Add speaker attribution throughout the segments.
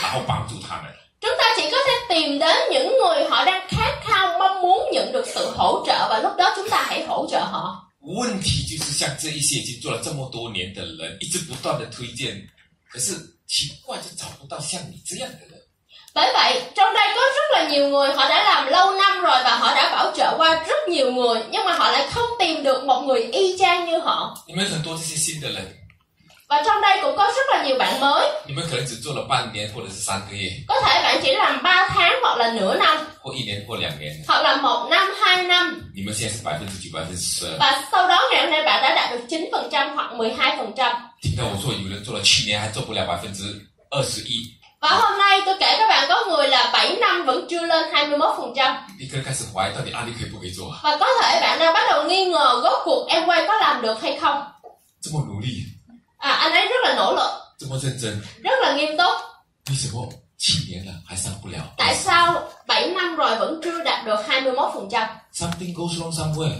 Speaker 1: 好帮助他们。
Speaker 2: Chúng ta chỉ có thể tìm đến những người họ đang khát khao mong muốn nhận được sự hỗ trợ và lúc đó chúng ta hãy hỗ trợ họ.
Speaker 1: 问题就是像这一些已经做了这么多年的人，一直不断的推荐，可是奇怪就找不到像你这样的人。
Speaker 2: Bởi vậy, trong đây có rất là nhiều người họ đã làm lâu năm rồi và họ đã bảo trợ qua rất nhiều người nhưng mà họ lại không tìm được một người y chang như họ.
Speaker 1: 你们很多这些新的人，
Speaker 2: Và trong đây cũng có rất là nhiều bạn mới,
Speaker 1: 你们可能只做了半年，或者是三个月，
Speaker 2: có thể bạn chỉ làm 3 tháng hoặc là nửa năm
Speaker 1: 或一年或两年，
Speaker 2: hoặc là một năm, 2 năm
Speaker 1: 你们现在是百分之九、百分之十二。
Speaker 2: và sau đó ngày hôm nay bạn đã đạt được 9% hoặc 12%.
Speaker 1: 听到我说有人做了七年还做不了百分之二十一，
Speaker 2: Và hôm nay tôi kể các bạn có người là 7 năm vẫn chưa lên 21%
Speaker 1: 你可能开始怀疑到底阿力可以不可以做啊？
Speaker 2: Và có thể bạn đang bắt đầu nghi ngờ rốt cuộc em quay có làm được hay không
Speaker 1: 这么努力，
Speaker 2: À anh ấy rất là nỗ lực,
Speaker 1: 这么认真，
Speaker 2: rất là nghiêm túc
Speaker 1: 为什么七年了还上不了
Speaker 2: Tại sao 7 năm rồi vẫn chưa đạt được 21%
Speaker 1: ？Something goes wrong somewhere，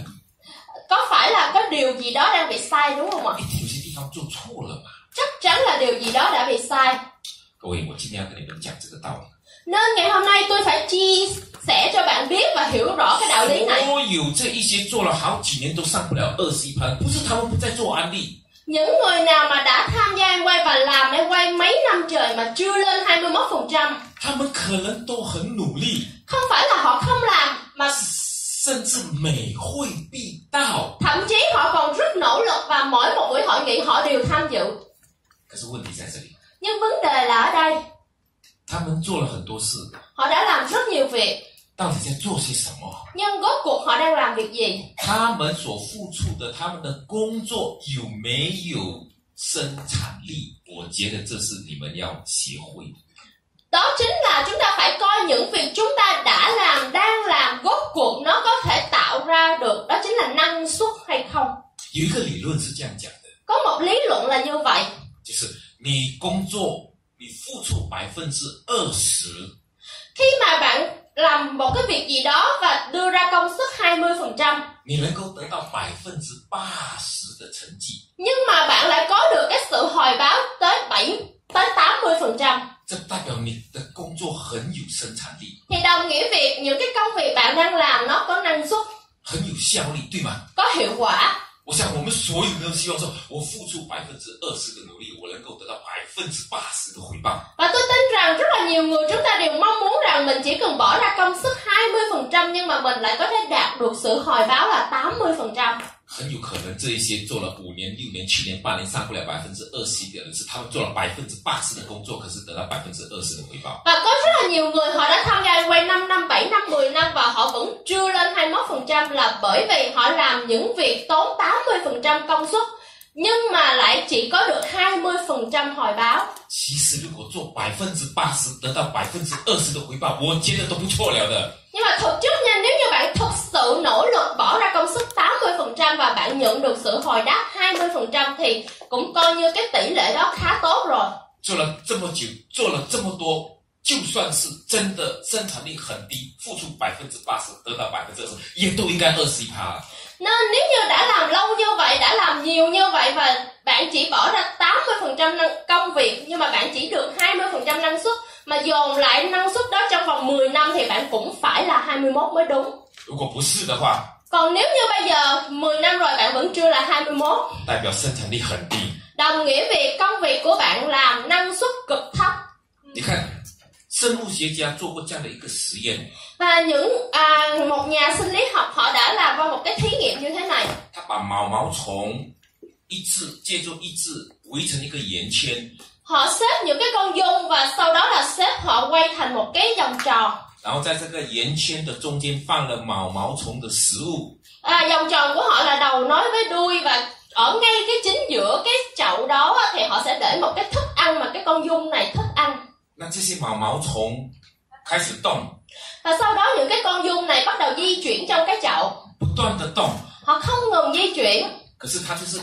Speaker 2: Có phải là có điều gì đó đang bị sai đúng không ạ?
Speaker 1: 一定有些地方做错了嘛。
Speaker 2: Chắc chắn là điều gì đó đã bị sai
Speaker 1: 各位，我今天要跟你们讲这个道理。
Speaker 2: Nên ngày hôm nay tôi phải chia sẻ cho bạn biết và hiểu rõ cái đạo lý này
Speaker 1: 所有这一些做了好几年都上不了二十一盘，不是他们不在做安利，
Speaker 2: Những người nào mà đã tham gia em quay và làm em quay mấy năm trời mà chưa lên 21%
Speaker 1: 他们可能都很努力，
Speaker 2: không phải là họ không làm mà
Speaker 1: 甚至每会必到。
Speaker 2: thậm chí họ còn rất nỗ lực và mỗi một buổi hội nghị họ đều tham dự
Speaker 1: 可是问题在这里，
Speaker 2: nhưng vấn đề là ở đây
Speaker 1: 他们做了很多事，
Speaker 2: họ đã làm rất nhiều việc
Speaker 1: 到底在做些什么？
Speaker 2: nhưng rốt cuộc họ đang làm việc gì
Speaker 1: 他们所付出的，他们的工作有没有生产力？我觉得这是你们要学会的。
Speaker 2: đó chính là chúng ta phải coi những việc chúng ta đã làm đang làm rốt cuộc nó có thể tạo ra được đó chính là năng suất hay không
Speaker 1: 有一个理论是这样讲的，
Speaker 2: có một lý luận là như vậy
Speaker 1: 就是你工作，你付出百分之二十。
Speaker 2: khi mà bạn làm một cái việc gì đó và đưa ra công suất 20%
Speaker 1: 你能够得到百分之八十的成绩，
Speaker 2: nhưng mà bạn lại có được cái sự hồi báo tới 7 tới 80%
Speaker 1: 这代表你的工作很有生产力，
Speaker 2: thì đồng nghĩa việc những cái công việc bạn đang làm nó có năng suất
Speaker 1: 很有效率，对吗？
Speaker 2: có hiệu quả
Speaker 1: 我想我们所有人都希望说，我付出百分之二十的努力，我能够得到百分之八十的回报。
Speaker 2: và tôi tin rằng rất là nhiều người chúng ta đều mong muốn rằng mình chỉ cần bỏ ra công sức 20% nhưng mà mình lại có thể đạt được sự hồi báo là 80%
Speaker 1: 很有可能这一些做了五年、六年、七年、八年上不了百分之二十一的人，是他们做了百分之八十的工作，可是得到百分之二十的回报。
Speaker 2: và có rất là nhiều người họ đã tham gia quay 5 năm 7 năm 10 năm và họ vẫn chưa lên 21% là bởi vì họ làm những việc tốn 80% công suất nhưng mà lại chỉ có được 20% hồi báo
Speaker 1: 其实如果做百分之八十得到百分之二十的回报，我觉得都不错了的。
Speaker 2: Nhưng mà thực chất nha, nếu như bạn thực sự nỗ lực bỏ ra công sức 80% và bạn nhận được sự hồi đáp 20% thì cũng coi như cái tỷ lệ đó khá tốt rồi.
Speaker 1: 做了这么久，做了这么多，就算是真的生产力很低，付出百分之八十，得到百分之二十，也都应该二十一趴了。
Speaker 2: Nên nếu như đã làm lâu như vậy, đã làm nhiều như vậy và bạn chỉ bỏ ra 80% năng- công việc nhưng mà bạn chỉ được 20% năng suất mà dồn lại năng suất đó trong vòng 10 năm thì bạn cũng phải là 21 mới đúng.
Speaker 1: 如果不是的话，
Speaker 2: Còn nếu như bây giờ 10 năm rồi bạn vẫn chưa là 21
Speaker 1: 代表生产力很低。
Speaker 2: đồng nghĩa việc công việc của bạn làm năng suất cực thấp
Speaker 1: 你看，生物学家做过这样的一个实验，
Speaker 2: Và những à, một nhà sinh lý học họ đã làm qua một cái thí nghiệm như thế này.
Speaker 1: 他把毛毛虫一字借助一字围成一个圆圈，
Speaker 2: Họ xếp những cái con dung và sau đó là xếp họ quay thành một cái vòng tròn.
Speaker 1: 然后在这个圆圈的中间放了毛毛虫的食物，
Speaker 2: À, vòng tròn của họ là đầu nối với đuôi và ở ngay cái chính giữa cái chậu đó á, thì họ sẽ để một cái thức ăn mà cái con dung này thức ăn.
Speaker 1: 那这些毛毛虫开始动，
Speaker 2: Và sau đó những cái con dung này bắt đầu di chuyển trong cái chậu.
Speaker 1: 不断的动。
Speaker 2: Họ không ngừng di chuyển
Speaker 1: 可是它就是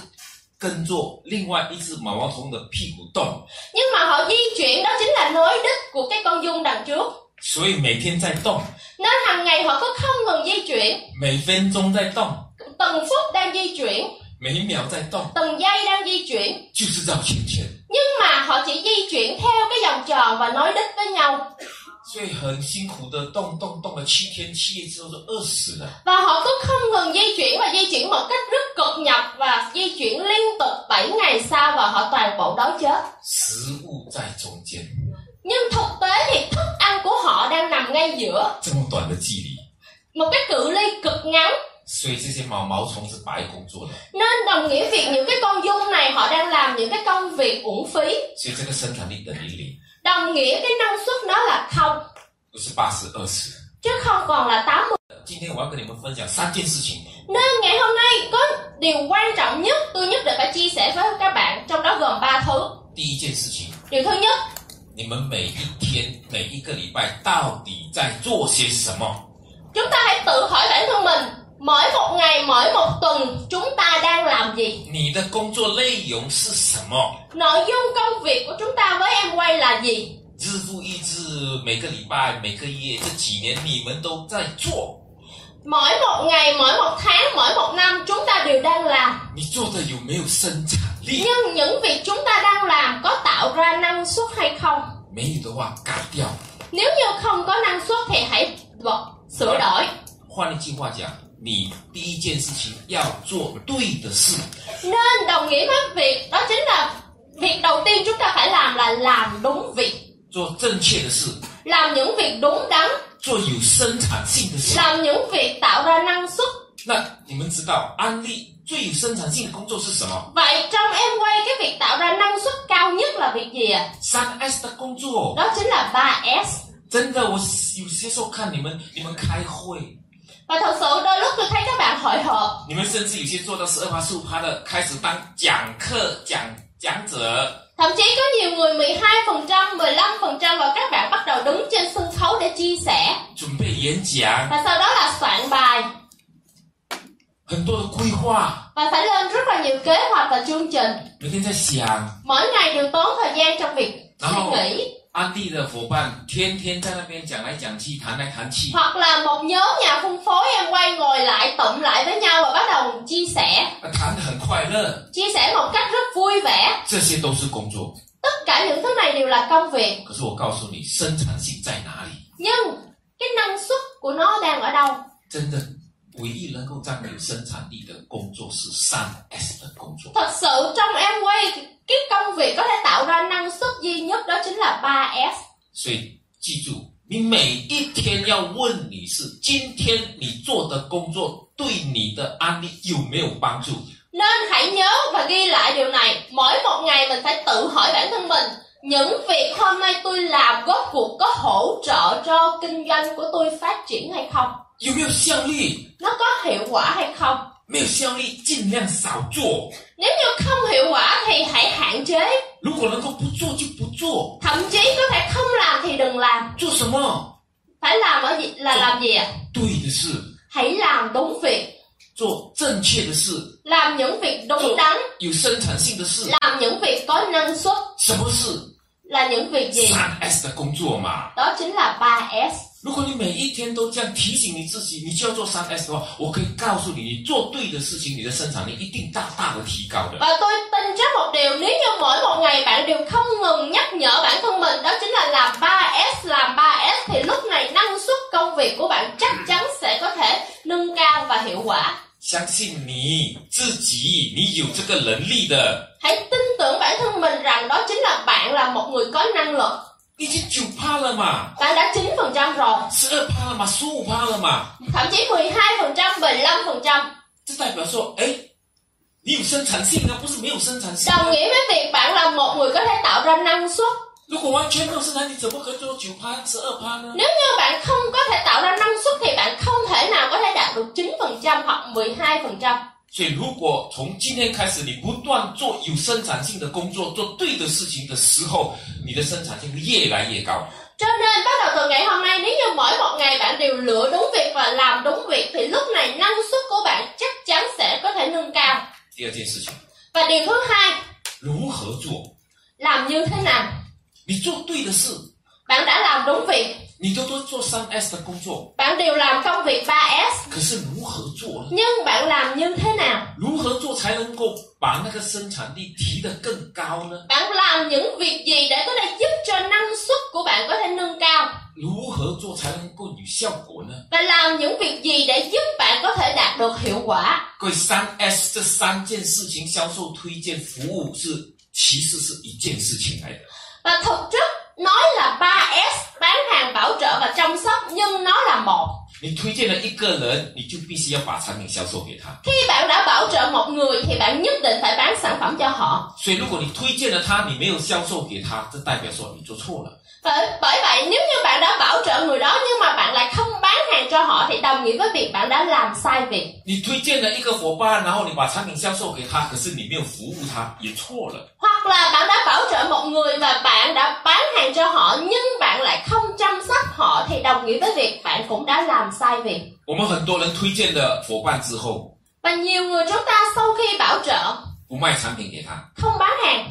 Speaker 1: 跟着另外一只毛毛虫的屁股动，
Speaker 2: nhưng mà họ di chuyển đó chính là nối đích của cái con dung đằng trước.
Speaker 1: 所以每天在动，
Speaker 2: Nên hàng ngày họ cứ không ngừng di chuyển,
Speaker 1: 每分钟在动，
Speaker 2: từng phút đang di chuyển
Speaker 1: 每一秒在动，
Speaker 2: từng giây đang di chuyển
Speaker 1: 就是绕圈圈，
Speaker 2: nhưng mà họ chỉ di chuyển theo cái vòng tròn và nối đích với nhau
Speaker 1: 所以很辛苦的动动动了七天七夜之后就饿死了。
Speaker 2: và họ cứ không ngừng di chuyển và di chuyển một cách rất cực nhọc và di chuyển liên tục 7 ngày sau và họ toàn bộ đói chết
Speaker 1: 食物在中间，
Speaker 2: nhưng thực tế thì thức ăn của họ đang nằm ngay giữa
Speaker 1: 这么短的距离，
Speaker 2: một cái cự ly cực ngắn
Speaker 1: 所以这些毛毛虫是白工作的，
Speaker 2: nên đồng nghĩa việc những cái con dung này họ đang làm những cái công việc uổng phí
Speaker 1: 所以这个生产力等于零，
Speaker 2: đồng nghĩa cái năng suất nó là không
Speaker 1: 不是八十二十。
Speaker 2: chứ không còn là 80
Speaker 1: 今天我要跟你们分享三件事情，
Speaker 2: nên ngày hôm nay có điều quan trọng nhất tôi nhất định phải chia sẻ với các bạn trong đó gồm 3 thứ
Speaker 1: 第一件事情，
Speaker 2: điều thứ nhất
Speaker 1: 你们每一天每一个礼拜到底在做些什么？
Speaker 2: chúng ta hãy tự hỏi bản thân mình mỗi một ngày mỗi một tuần chúng ta đang làm gì
Speaker 1: 你的工作内容是什么？
Speaker 2: nội dung công việc của chúng ta với em quay là gì
Speaker 1: 日复一日，每个礼拜、每个月，这几年你们都在做，
Speaker 2: mỗi một ngày mỗi một tháng mỗi một năm chúng ta đều đang làm
Speaker 1: 你做的有没有生产力？
Speaker 2: nhưng những việc chúng ta đang làm có tạo ra năng suất hay không
Speaker 1: 没有的话，改掉。
Speaker 2: nếu như không có năng suất thì hãy bật- sửa đổi
Speaker 1: 换一句话讲，你第一件事情要做对的事，
Speaker 2: nên đồng nghĩa với việc đó chính là việc đầu tiên chúng ta phải làm là làm đúng việc
Speaker 1: 做正确的事，
Speaker 2: làm những việc đúng đắn
Speaker 1: 做有生产性的事。
Speaker 2: làm những việc tạo ra năng suất
Speaker 1: 那你们知道安利最有生产性的工作是什么？
Speaker 2: vậy trong em quay cái việc tạo ra năng suất cao nhất là việc gì ạ
Speaker 1: 三 S 的工作。
Speaker 2: đó chính là 3 s
Speaker 1: 真的，我有些时候看你们，你们开会，
Speaker 2: và thật sự đôi lúc tôi thấy các bạn hội họp
Speaker 1: 你们甚至有些做到十二趴、十五趴的，开始当讲课讲讲者。
Speaker 2: Thậm chí có nhiều người 12%, 15% và các bạn bắt đầu đứng trên sân khấu để chia sẻ
Speaker 1: 准备演讲，
Speaker 2: và sau đó là soạn bài
Speaker 1: 很多的规划，
Speaker 2: và phải lên rất là nhiều kế hoạch và chương trình.
Speaker 1: 每天在想。
Speaker 2: Mỗi ngày đều tốn thời gian trong việc
Speaker 1: Đúng
Speaker 2: suy
Speaker 1: không?
Speaker 2: nghĩ
Speaker 1: 安利啊的伙伴天天在那边讲来讲啊去，谈来谈去，
Speaker 2: hoặc là một nhóm nhà phân phối em quay ngồi lại tụm lại với nhau và bắt đầu chia sẻ,
Speaker 1: 啊谈得很快乐，
Speaker 2: chia sẻ một cách rất vui vẻ.
Speaker 1: 这些都是工作。
Speaker 2: Tất cả những thứ này đều là công việc,
Speaker 1: 可是我告诉你，生产性在哪里？
Speaker 2: nhưng cái năng suất của nó đang ở đâu?
Speaker 1: 真的，唯一能够让你有生产力的工作是三 S 的工作。
Speaker 2: Thật sự trong em quay cái công việc có thể tạo ra năng suất duy nhất đó chính là 3S.
Speaker 1: 所以记住，你每一天要问你是今天你做的工作对你的安利有没有帮助？
Speaker 2: Nên hãy nhớ và ghi lại điều này Mỗi một ngày mình phải tự hỏi bản thân mình Những việc hôm nay tôi làm góp cuộc có hỗ trợ cho kinh doanh của tôi phát triển hay không
Speaker 1: 有没有效率？
Speaker 2: Nó có hiệu quả hay không
Speaker 1: 没有效率，尽量少做。
Speaker 2: Nếu như không hiệu quả thì hãy hạn chế
Speaker 1: 如果能够不做就不做，
Speaker 2: Thậm chí có thể không làm thì đừng làm
Speaker 1: 做什么？
Speaker 2: Phải làm ở gì, là làm gì ạ?
Speaker 1: 对的事，
Speaker 2: Hãy làm đúng việc
Speaker 1: 做正确的事，
Speaker 2: Làm những việc đúng đắn
Speaker 1: 有生产性的事，
Speaker 2: Làm những việc có năng suất
Speaker 1: 什么事？
Speaker 2: Là những việc gì?
Speaker 1: 三 S 的工作嘛。
Speaker 2: Đó chính là 3S
Speaker 1: 如果你每一天都这样提醒你自己，你就要做三 S 的话，我可以告诉你，你做对的事情，你的生产力一定大大的提高的。
Speaker 2: Và tôi tin chắc một điều nếu như mỗi một ngày bạn đều không ngừng nhắc nhở bản thân mình đó chính là làm 3S, làm 3S thì lúc này năng suất công việc của bạn chắc chắn sẽ có thể nâng cao và hiệu quả.
Speaker 1: 相信你自己，你有这个能力的。
Speaker 2: Hãy tin tưởng bản thân mình rằng đó chính là bạn là một người có năng lực.
Speaker 1: 你已经九趴了嘛，
Speaker 2: Bạn đã 9% rồi,
Speaker 1: 十二趴了嘛，十五趴了嘛，
Speaker 2: thậm chí 12%, 15%.
Speaker 1: 这代表说，哎，你有生产性啊，不是没有生产性、啊
Speaker 2: Đồng。nghĩa với việc bạn là một người có thể tạo ra năng suất.
Speaker 1: 如果完全没有生产，你怎么可以做九趴、十二趴呢？
Speaker 2: Nếu như bạn không có thể tạo ra năng suất thì bạn không thể nào có thể đạt được 9% hoặc 12%.
Speaker 1: 所以，如果从今天开始，你不断做有生产性的工作，做对的事情的时候，你的生产性会越来越高。
Speaker 2: Cho nên bắt đầu từ ngày hôm nay nếu như mỗi một ngày bạn đều lựa đúng việc và làm đúng việc thì lúc này năng suất của bạn chắc chắn sẽ có thể nâng cao.
Speaker 1: 第二件事情，
Speaker 2: Và điều thứ hai,
Speaker 1: 如何做？
Speaker 2: làm như thế nào?
Speaker 1: 你做对的事，
Speaker 2: bạn đã làm đúng việc
Speaker 1: 你都都做三 S 的工作，
Speaker 2: bạn đều làm công việc 3S
Speaker 1: 可是如何做呢？
Speaker 2: nhưng bạn làm như thế nào
Speaker 1: 如何做才能够把那个生产力提得更高呢？
Speaker 2: bạn làm những việc gì để có thể giúp cho năng suất của bạn có thể nâng cao
Speaker 1: 如何做才能够有效果呢？
Speaker 2: và làm những việc gì để giúp bạn có thể đạt được hiệu quả
Speaker 1: 各位，三 S 这三件事情，销售、推荐、服务是其实是一件事情来的。
Speaker 2: và thực chất nói là 3S bán hàng bảo trợ và chăm sóc nhưng nó là một
Speaker 1: 你推荐了一个人，你就必须要把产品销售给他。
Speaker 2: khi bạn đã bảo trợ một người thì bạn nhất định phải bán sản phẩm cho họ
Speaker 1: 所以，如果你推荐了他，你没有销售给他，这代表说你做错了。
Speaker 2: và bởi vậy nếu như bạn đã bảo trợ người đó nhưng mà bạn lại không bán hàng cho họ thì đồng nghĩa với việc bạn đã làm sai việc
Speaker 1: 你推荐了一个伙伴，然后你把产品销售给他，可是你没有服务他，也错了。
Speaker 2: hoặc là bạn đã bảo trợ một người và bạn đã bán hàng cho họ nhưng bạn lại không chăm sóc họ thì đồng nghĩa với việc bạn cũng đã làm sai việc
Speaker 1: 我们很多人推荐了伙伴之后，
Speaker 2: và nhiều người chúng ta sau khi bảo trợ
Speaker 1: 不卖产品给他，
Speaker 2: không bán hàng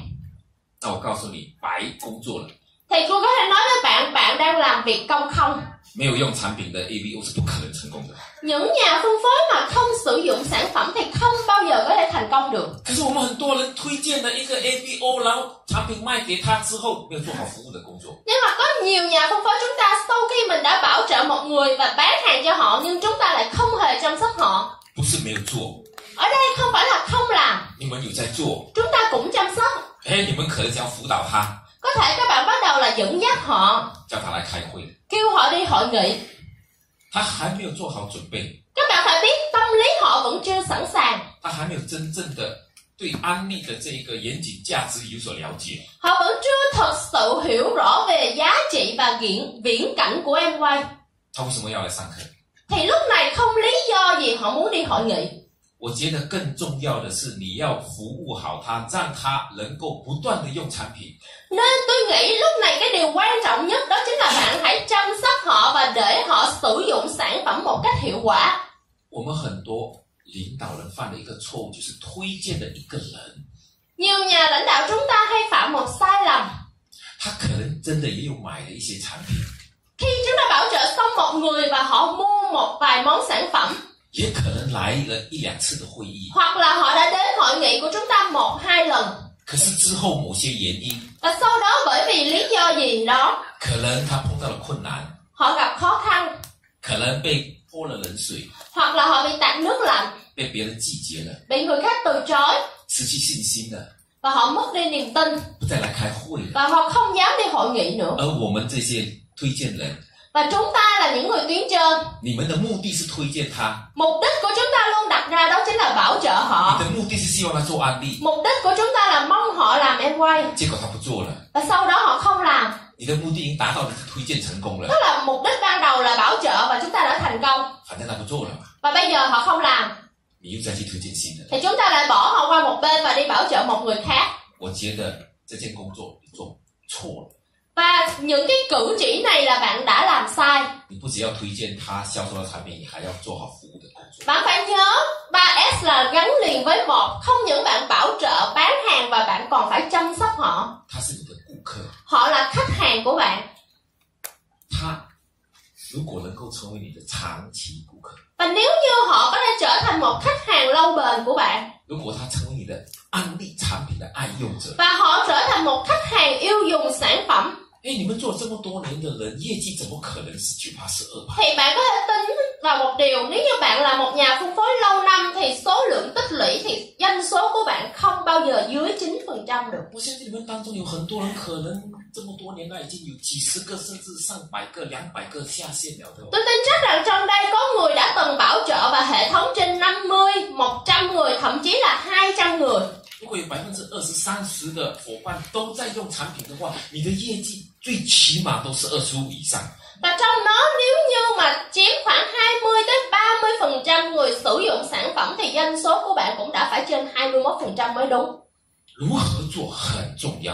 Speaker 1: 那我告诉你，白工作了，
Speaker 2: thì cô có thể nói với bạn bạn đang làm việc công không
Speaker 1: 没有用产品的 ABO 是不可能成功的。
Speaker 2: những nhà phân phối mà không sử dụng sản phẩm thì không bao giờ có thể thành công được
Speaker 1: 可是我们很多人推荐了一个 ABO，然后产品卖给他之后，没有做好服务的工作，
Speaker 2: nhưng mà có nhiều nhà phân phối chúng ta sau khi mình đã bảo trợ một người và bán hàng cho họ nhưng chúng ta lại không hề chăm sóc họ
Speaker 1: 不是没有做，
Speaker 2: ở đây không phải là không làm
Speaker 1: 你们有在做，
Speaker 2: chúng ta cũng chăm sóc
Speaker 1: 哎，你们可能想要辅导他，
Speaker 2: có thể các bạn bắt đầu là dẫn dắt họ
Speaker 1: 叫他来开会，
Speaker 2: kêu họ đi hội nghị
Speaker 1: 他还没有做好准备，
Speaker 2: các bạn phải biết tâm lý họ vẫn chưa sẵn sàng
Speaker 1: 他还没有真正的对安利的这一个严谨价值有所了解，
Speaker 2: họ vẫn chưa thật sự hiểu rõ về giá trị và viễn, viễn cảnh của em quay
Speaker 1: 他为什么要来上课？
Speaker 2: thì lúc này không lý do gì họ muốn đi hội nghị
Speaker 1: 我觉得更重要的是，你要服务好他，让他能够不断的用产品。
Speaker 2: nên tôi nghĩ lúc này cái điều quan trọng nhất đó chính là bạn hãy chăm sóc họ và để họ sử dụng sản phẩm một cách hiệu quả
Speaker 1: 我们很多领导人犯的一个错误，就是推荐了一个人，
Speaker 2: nhiều nhà lãnh đạo chúng ta hay phạm một sai lầm
Speaker 1: 他可能真的也有买了一些产品，
Speaker 2: khi chúng ta bảo trợ xong một người và họ mua một vài món sản phẩm
Speaker 1: 也可能来了一两次的会议，
Speaker 2: hoặc là họ đã đến hội nghị của chúng ta một hai lần
Speaker 1: 可是之后某些原因，
Speaker 2: và sau đó bởi vì lý do gì đó
Speaker 1: 可能他碰到了困难，
Speaker 2: họ gặp khó khăn
Speaker 1: 可能被泼了冷水，
Speaker 2: hoặc là họ bị tạt nước lạnh
Speaker 1: 被别人拒绝了，
Speaker 2: bị người khác từ chối
Speaker 1: 失去信心了，
Speaker 2: và họ mất đi niềm tin
Speaker 1: 不再来开会了。
Speaker 2: và họ không dám đi hội nghị nữa
Speaker 1: 而我们这些推荐人，
Speaker 2: và chúng ta là những người tuyến trên
Speaker 1: 你们的目的是推荐他，
Speaker 2: mục đích của chúng ta luôn đặt ra đó chính là bảo trợ
Speaker 1: 你
Speaker 2: họ
Speaker 1: 的目的是希望他做安利，
Speaker 2: mục đích của chúng ta là mong họ làm em quay
Speaker 1: 结果他不做了，
Speaker 2: và sau đó họ không làm
Speaker 1: 你的目的已经达到你的推荐成功了
Speaker 2: tức，là mục đích ban đầu là bảo trợ và chúng ta đã thành công
Speaker 1: 反正他不做了嘛，
Speaker 2: và bây giờ họ không làm
Speaker 1: 你又再去推荐新的。
Speaker 2: thì chúng ta lại bỏ họ qua một bên và đi bảo trợ một người khác
Speaker 1: 我觉得这件工作你做错了，
Speaker 2: và những cái cử chỉ này là bạn đã làm sai
Speaker 1: 你不只要推荐他销售的产品，你还要做好服务的工作。
Speaker 2: bạn phải nhớ 3S là gắn liền với một không những bạn bảo trợ bán hàng và bạn còn phải chăm sóc họ
Speaker 1: 他是你的顾客，
Speaker 2: họ là khách hàng của bạn
Speaker 1: 他如果能够成为你的长期顾客，
Speaker 2: và nếu như họ có thể trở thành một khách hàng lâu bền của bạn
Speaker 1: 如果他成为你的安利产品的爱用者，
Speaker 2: và họ trở thành một khách hàng yêu dùng sản phẩm
Speaker 1: 哎，你们做了这么多年的人，业绩怎么可能十九趴、十二趴？
Speaker 2: thì bạn có thể tính vào một điều nếu như bạn là một nhà phân phối lâu năm thì số lượng tích lũy thì doanh số của bạn không bao giờ dưới 9% được
Speaker 1: 我相信你们当中有很多人可能这么多年来已经有几十个甚至上百个、两百个下线了的哦。
Speaker 2: Tôi tin chắc rằng trong đây có người đã từng bảo trợ và hệ thống trên 50, 100 người, thậm chí là 200 người.
Speaker 1: 如果有百分之二十、三十的伙伴都在用产品的话，你的业绩最起码都是二十五以上。
Speaker 2: Và trong đó nếu như mà chiếm khoảng 20 đến 30% người sử dụng sản phẩm thì doanh số của bạn cũng đã phải trên 21% mới đúng.
Speaker 1: 如何做很重要，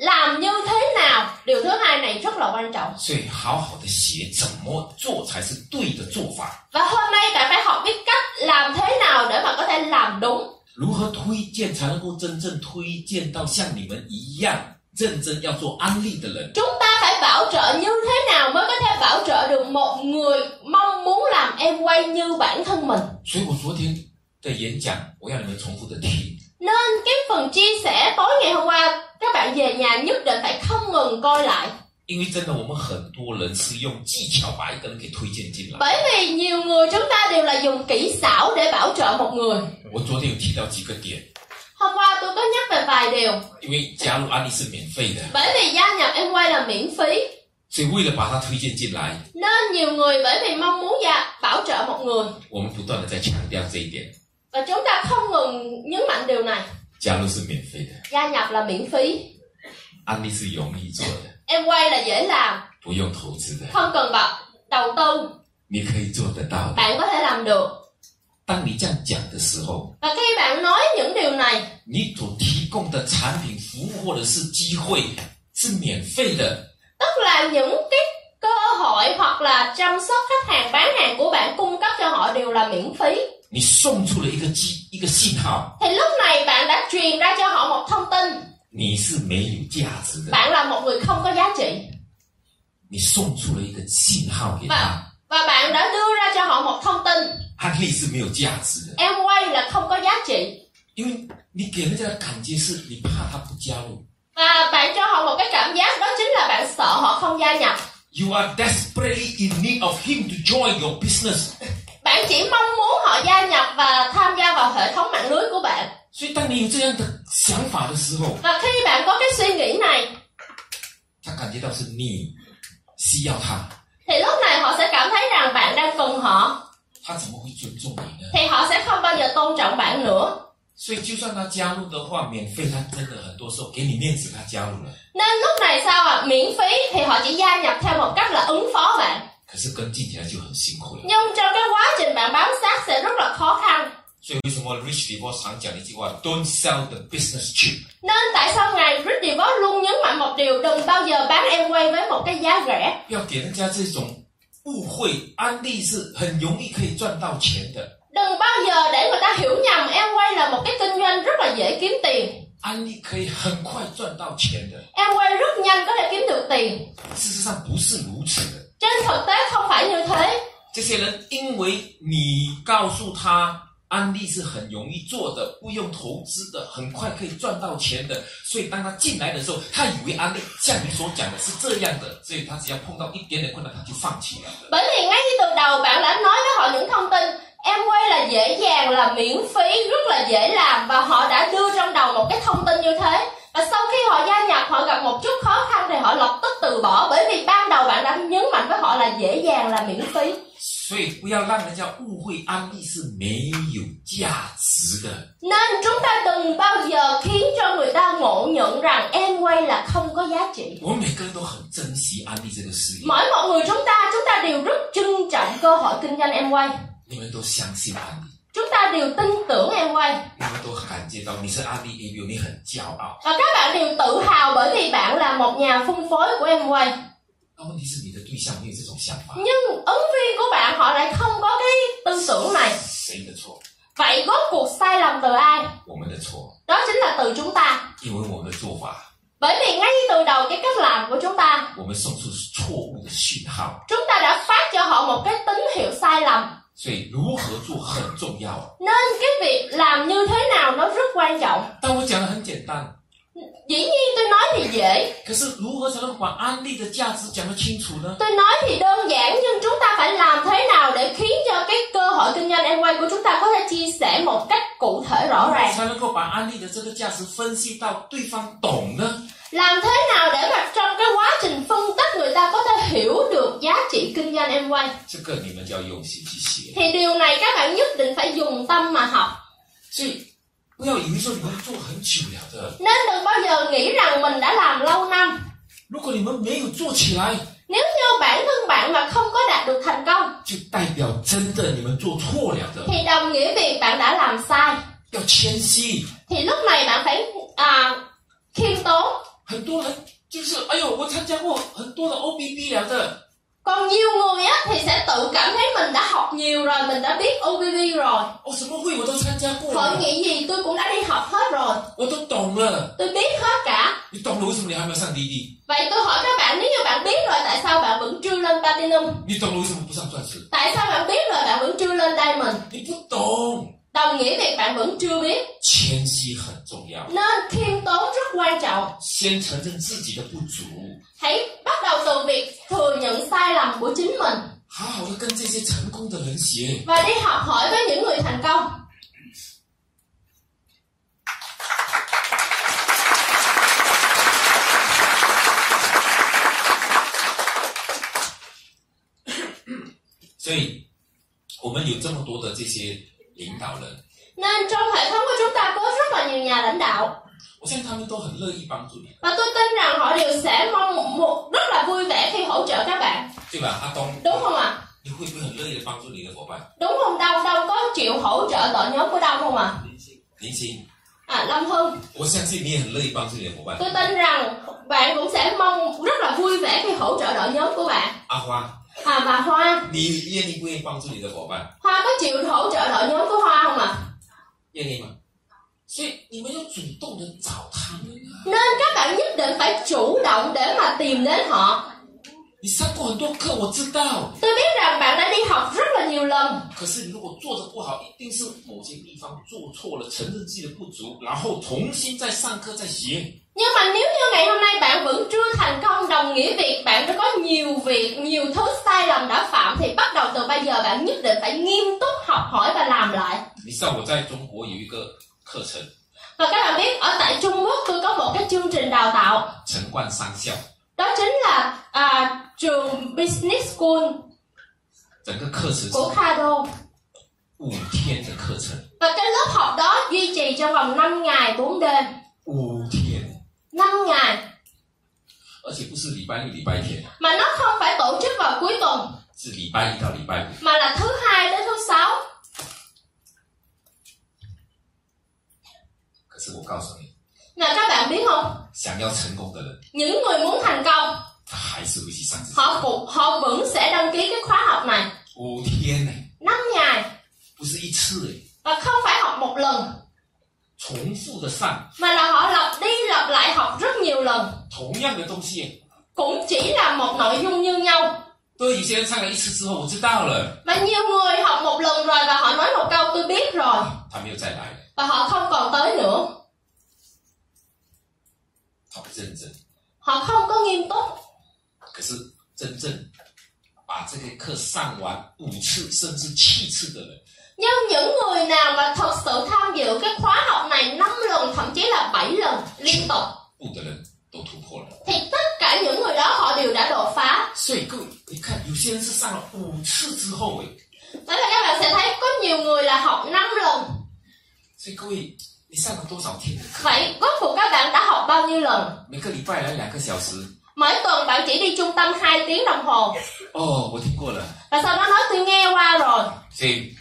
Speaker 2: Làm như thế nào? Điều thứ hai này rất là quan trọng.
Speaker 1: 所以好好的学怎么做才是对的做法。
Speaker 2: Và hôm nay bạn phải học biết cách làm thế nào để mà có thể làm đúng.
Speaker 1: 如何推荐才能够真正推荐到像你们一样认真要做安利的人？
Speaker 2: Chúng ta phải bảo trợ bản thân mình
Speaker 1: 所以我昨天的演讲，我要你们重复的听，
Speaker 2: nên cái phần chia sẻ tối ngày hôm qua các bạn về nhà nhất định phải không ngừng coi lại
Speaker 1: 因为真的我们很多人是用技巧把一个人给推荐进来。
Speaker 2: bởi vì nhiều người chúng ta đều là dùng kỹ xảo để bảo trợ một người
Speaker 1: 我昨天有提到几个点，
Speaker 2: hôm qua tôi có nhắc về vài điều
Speaker 1: 因为加入安利是免费的，
Speaker 2: bởi vì gia nhập em quay là miễn phí
Speaker 1: 所以为了把它推荐进来，
Speaker 2: nên nhiều người bởi vì mong muốn gia bảo trợ một người
Speaker 1: 我们不断的在强调这一点，
Speaker 2: và chúng ta không ngừng nhấn mạnh điều này
Speaker 1: 加入是免费的，
Speaker 2: gia nhập là miễn phí
Speaker 1: 安利是容易做的，
Speaker 2: em quay là dễ làm
Speaker 1: 不用投资的，
Speaker 2: không cần bảo đầu tư
Speaker 1: 你可以做得到的。
Speaker 2: bạn có thể làm được
Speaker 1: 当你这样讲的时候，
Speaker 2: và khi bạn nói những điều này
Speaker 1: 你所提供的产品、服务或者是机会是免费的，
Speaker 2: tức là những cái cơ hội hoặc là chăm sóc khách hàng bán hàng của bạn cung cấp cho họ đều là miễn phí
Speaker 1: 你送出了一个机一个信号，
Speaker 2: thì lúc này bạn đã truyền ra cho họ một thông tin
Speaker 1: 你是没有价值的，
Speaker 2: bạn là một người không có giá trị
Speaker 1: 你送出了一个信号给他，
Speaker 2: và bạn đã đưa ra cho họ một thông tin
Speaker 1: 安利是没有价值的，
Speaker 2: em quay là không có giá trị
Speaker 1: 因为你给人家的感觉是你怕他不加入
Speaker 2: và bạn cho họ một cái cảm giác đó chính là bạn sợ họ không gia nhập
Speaker 1: ，You are desperately in need of him to join your business。
Speaker 2: bạn chỉ mong muốn họ gia nhập và tham gia vào hệ thống mạng lưới của bạn
Speaker 1: 所以当你有这样的想法的时候，
Speaker 2: và khi bạn có cái suy nghĩ này
Speaker 1: 他感觉到是你需要他，
Speaker 2: thì lúc này họ sẽ cảm thấy rằng bạn đang cần họ
Speaker 1: 他怎么会尊重你呢？
Speaker 2: thì họ sẽ không bao giờ tôn trọng bạn nữa
Speaker 1: 所以就算他加入的话，免费他真的很多时候给你面子，他加入了，
Speaker 2: nên lúc này sao ạ miễn phí thì họ chỉ gia nhập theo một cách là ứng phó bạn
Speaker 1: 可是跟进起来就很辛苦了。
Speaker 2: nhưng trong cái quá trình bạn bám sát sẽ rất là khó khăn
Speaker 1: 所以为什么 Rich Divorce 常讲的一句话，Don't sell the business cheap，
Speaker 2: nên tại sao ngài Rick DeVos luôn nhấn mạnh một điều đừng bao giờ bán em quay với một cái giá rẻ
Speaker 1: 不要给人家这种误会，安利是很容易可以赚到钱的，
Speaker 2: đừng bao giờ để người ta hiểu nhầm em quay là một cái kinh doanh rất là dễ kiếm tiền
Speaker 1: 安利可以很快赚到钱的，
Speaker 2: em quay rất nhanh có thể kiếm được tiền
Speaker 1: 事实上不是如此的。
Speaker 2: trên thực tế không phải như thế
Speaker 1: 这些人因为你告诉他安利是很容易做的，不用投资的，很快可以赚到钱的，所以当他进来的时候，他以为安利像你所讲的是这样的，所以他只要碰到一点点困难，他就放弃了。
Speaker 2: bởi vì ngay từ đầu bạn đã nói với họ những thông tin em quay là dễ dàng là miễn phí rất là dễ làm và họ đã đưa trong đầu một cái thông tin như thế và sau khi họ gia nhập họ gặp một chút khó khăn thì họ lập tức từ bỏ bởi vì ban đầu bạn đã nhấn mạnh với họ là dễ dàng là miễn phí
Speaker 1: 所以不要让人家误会安利是没有价值的。
Speaker 2: Nên chúng ta đừng bao giờ khiến cho người ta ngộ nhận rằng em quay là không có giá trị.
Speaker 1: 我们每个人都很珍惜安利这个事业，
Speaker 2: Mỗi một người chúng ta, chúng ta đều rất trân trọng cơ hội kinh doanh em quay.
Speaker 1: 你们都相信安利，
Speaker 2: Chúng ta đều tin tưởng em quay.
Speaker 1: 你们都感觉到你是安利 A B，你很骄傲。
Speaker 2: Và các bạn đều tự hào bởi vì bạn là một nhà phân phối của em quay.
Speaker 1: 那问题是你的对象没有这种想法，
Speaker 2: Nhưng ứng viên của bạn họ lại không có cái tư tưởng này.
Speaker 1: 谁的错？
Speaker 2: Vậy rốt cuộc sai lầm từ ai?
Speaker 1: 我们的错。
Speaker 2: Đó chính là từ chúng ta.
Speaker 1: 因为我们的做法，
Speaker 2: Bởi vì ngay từ đầu cái cách làm của chúng ta,
Speaker 1: 我们送出错误的讯号，
Speaker 2: chúng ta đã phát cho họ một cái tín hiệu sai lầm.
Speaker 1: 所以如何做很重要。
Speaker 2: Nên cái việc làm như thế nào nó rất quan trọng.
Speaker 1: 但我讲的很简单，
Speaker 2: Dĩ nhiên tôi nói thì dễ,
Speaker 1: 可是如何才能把安利的价值讲得清楚呢？
Speaker 2: tôi nói thì đơn giản nhưng chúng ta phải làm thế nào để khiến cho cái cơ hội kinh doanh em quay của chúng ta có thể chia sẻ một cách cụ thể rõ ràng.
Speaker 1: 才能够把安利的这个价值分析到对方懂呢？
Speaker 2: Làm thế nào để mà trong cái quá trình phân tích người ta có thể hiểu được giá trị kinh doanh em quay.
Speaker 1: 这个你们就要用心去学。
Speaker 2: Thì điều này các bạn nhất định phải dùng tâm mà học.
Speaker 1: 所以不要以为说你们做很久了的，
Speaker 2: Nên đừng bao giờ nghĩ rằng mình đã làm lâu năm.
Speaker 1: 如果你们没有做起来，
Speaker 2: Nếu như bản thân bạn mà không có đạt được thành công
Speaker 1: 就代表真的你们做错了的，
Speaker 2: thì đồng nghĩa việc bạn đã làm sai.
Speaker 1: 要谦虚。
Speaker 2: thì lúc này bạn phải à, khiêm tốn
Speaker 1: 很多人就是哎呦，我参加过很多的 OBB 了的，
Speaker 2: còn nhiều người á thì sẽ tự cảm thấy mình đã học nhiều rồi mình đã biết OBB rồi
Speaker 1: 我哦什么会我都参加过
Speaker 2: hội
Speaker 1: 了，
Speaker 2: nghị gì tôi cũng đã đi học hết rồi
Speaker 1: 我都懂了。
Speaker 2: tôi biết hết cả
Speaker 1: 你懂了，为什么你还没有上滴滴？
Speaker 2: vậy tôi hỏi các bạn nếu như bạn biết rồi tại sao bạn vẫn chưa lên platinum
Speaker 1: 你懂了为什么不上钻石？
Speaker 2: tại sao bạn biết rồi bạn vẫn chưa lên diamond
Speaker 1: 你不懂，
Speaker 2: đồng nghĩa việc bạn vẫn chưa biết
Speaker 1: 谦虚很重要，
Speaker 2: nên khiêm tốn rất quan trọng
Speaker 1: 先承认自己的不足，
Speaker 2: hãy bắt đầu từ việc thừa nhận sai lầm của chính mình
Speaker 1: 好好的跟这些成功的人学。
Speaker 2: và đi học hỏi với những người thành công
Speaker 1: 所以，我们有这么多的这些领导人，
Speaker 2: nên trong hệ thống của chúng ta có rất là nhiều nhà lãnh đạo
Speaker 1: 我相信他们都很乐意帮助你，
Speaker 2: và tôi tin rằng họ đều sẽ mong một rất là vui vẻ khi hỗ trợ các bạn
Speaker 1: 对吧？阿东，
Speaker 2: đúng không ạ
Speaker 1: 你会不会很乐意的帮助你的伙伴？
Speaker 2: đúng không đông đông có chịu hỗ trợ đội nhóm của đông không ạ
Speaker 1: 林鑫，
Speaker 2: à? lâm hưng
Speaker 1: 我相信你也很乐意帮助你的伙伴。
Speaker 2: tôi tin rằng bạn cũng sẽ mong rất là vui vẻ khi hỗ trợ đội nhóm của bạn
Speaker 1: 阿花，
Speaker 2: à và hoa
Speaker 1: 你愿意不愿意帮助你的伙伴？
Speaker 2: hoa có chịu hỗ trợ đội nhóm của hoa không ạ
Speaker 1: 愿意吗？所以你们要主动的找他们啊！
Speaker 2: Nên các bạn nhất định phải chủ động để mà tìm đến họ.
Speaker 1: 你上过很多课，我知道。
Speaker 2: Tôi biết rằng bạn đã đi học rất là nhiều lần,
Speaker 1: 可是你如果做的不好，一定是某些地方做错了，承认自己的不足，然后重新再上课再学。
Speaker 2: nhưng mà nếu như ngày hôm nay bạn vẫn chưa thành công đồng nghĩa việc bạn đã có nhiều việc, nhiều thứ sai lầm đã phạm thì bắt đầu từ bây giờ bạn nhất định phải nghiêm túc học hỏi và làm lại.
Speaker 1: 你知道我在中国有一个课程
Speaker 2: Và các bạn biết ở tại Trung Quốc tôi có một cái chương trình đào tạo
Speaker 1: 《陈冠商校》，
Speaker 2: đó chính là à, trường Business School
Speaker 1: 整个课程是
Speaker 2: của Kado
Speaker 1: 五天的课程，
Speaker 2: và cái lớp học đó duy trì trong vòng 5 ngày 4 đêm,
Speaker 1: 五天，
Speaker 2: 5 ngày
Speaker 1: 而且不是礼拜六、礼拜天，啊
Speaker 2: mà nó không phải tổ chức vào cuối tuần
Speaker 1: 是礼拜一到礼拜五。
Speaker 2: mà là thứ hai đến thứ sáu
Speaker 1: 可是我告诉你，
Speaker 2: nè các bạn biết không
Speaker 1: 想要成功的人，
Speaker 2: những người muốn thành công
Speaker 1: 他还是会去上这
Speaker 2: họ cũng họ vẫn sẽ đăng ký cái khóa học này
Speaker 1: 五天呢、
Speaker 2: năm ngày
Speaker 1: 不是一次、欸，
Speaker 2: và không phải học một lần
Speaker 1: 重复的上
Speaker 2: mà là họ lặp đi lặp lại học rất nhiều lần
Speaker 1: 同样的东西、欸。
Speaker 2: cũng chỉ là một nội dung như nhau
Speaker 1: 对，有些人上了一次之后，我知道了，
Speaker 2: và nhiều người học một lần rồi và họ nói một câu tôi biết rồi
Speaker 1: 他没有再来了，
Speaker 2: và họ không còn tới nữa
Speaker 1: 他不认真。
Speaker 2: họ không có nghiêm túc
Speaker 1: 可是真正把这个课上完五次甚至七次的人，
Speaker 2: nhưng những người nào mà thật sự tham dự cái khóa học này 5 lần thậm chí là 7 lần liên tục
Speaker 1: 部的人都突破了。
Speaker 2: thì tất cả những người đó họ đều đã đột phá
Speaker 1: 所以各位，你看，有些人是上了五次之后，哎，
Speaker 2: Thế là các bạn sẽ thấy có nhiều người là học 5 lần
Speaker 1: 所以各位，你上了多少天的课？
Speaker 2: Vậy rốt cuộc các bạn đã học bao nhiêu lần?
Speaker 1: 每个礼拜来两个小时。
Speaker 2: Mỗi tuần bạn chỉ đi trung tâm 2 tiếng đồng hồ
Speaker 1: 哦，我听过了。
Speaker 2: Và sau đó nói tôi nghe qua rồi
Speaker 1: 所以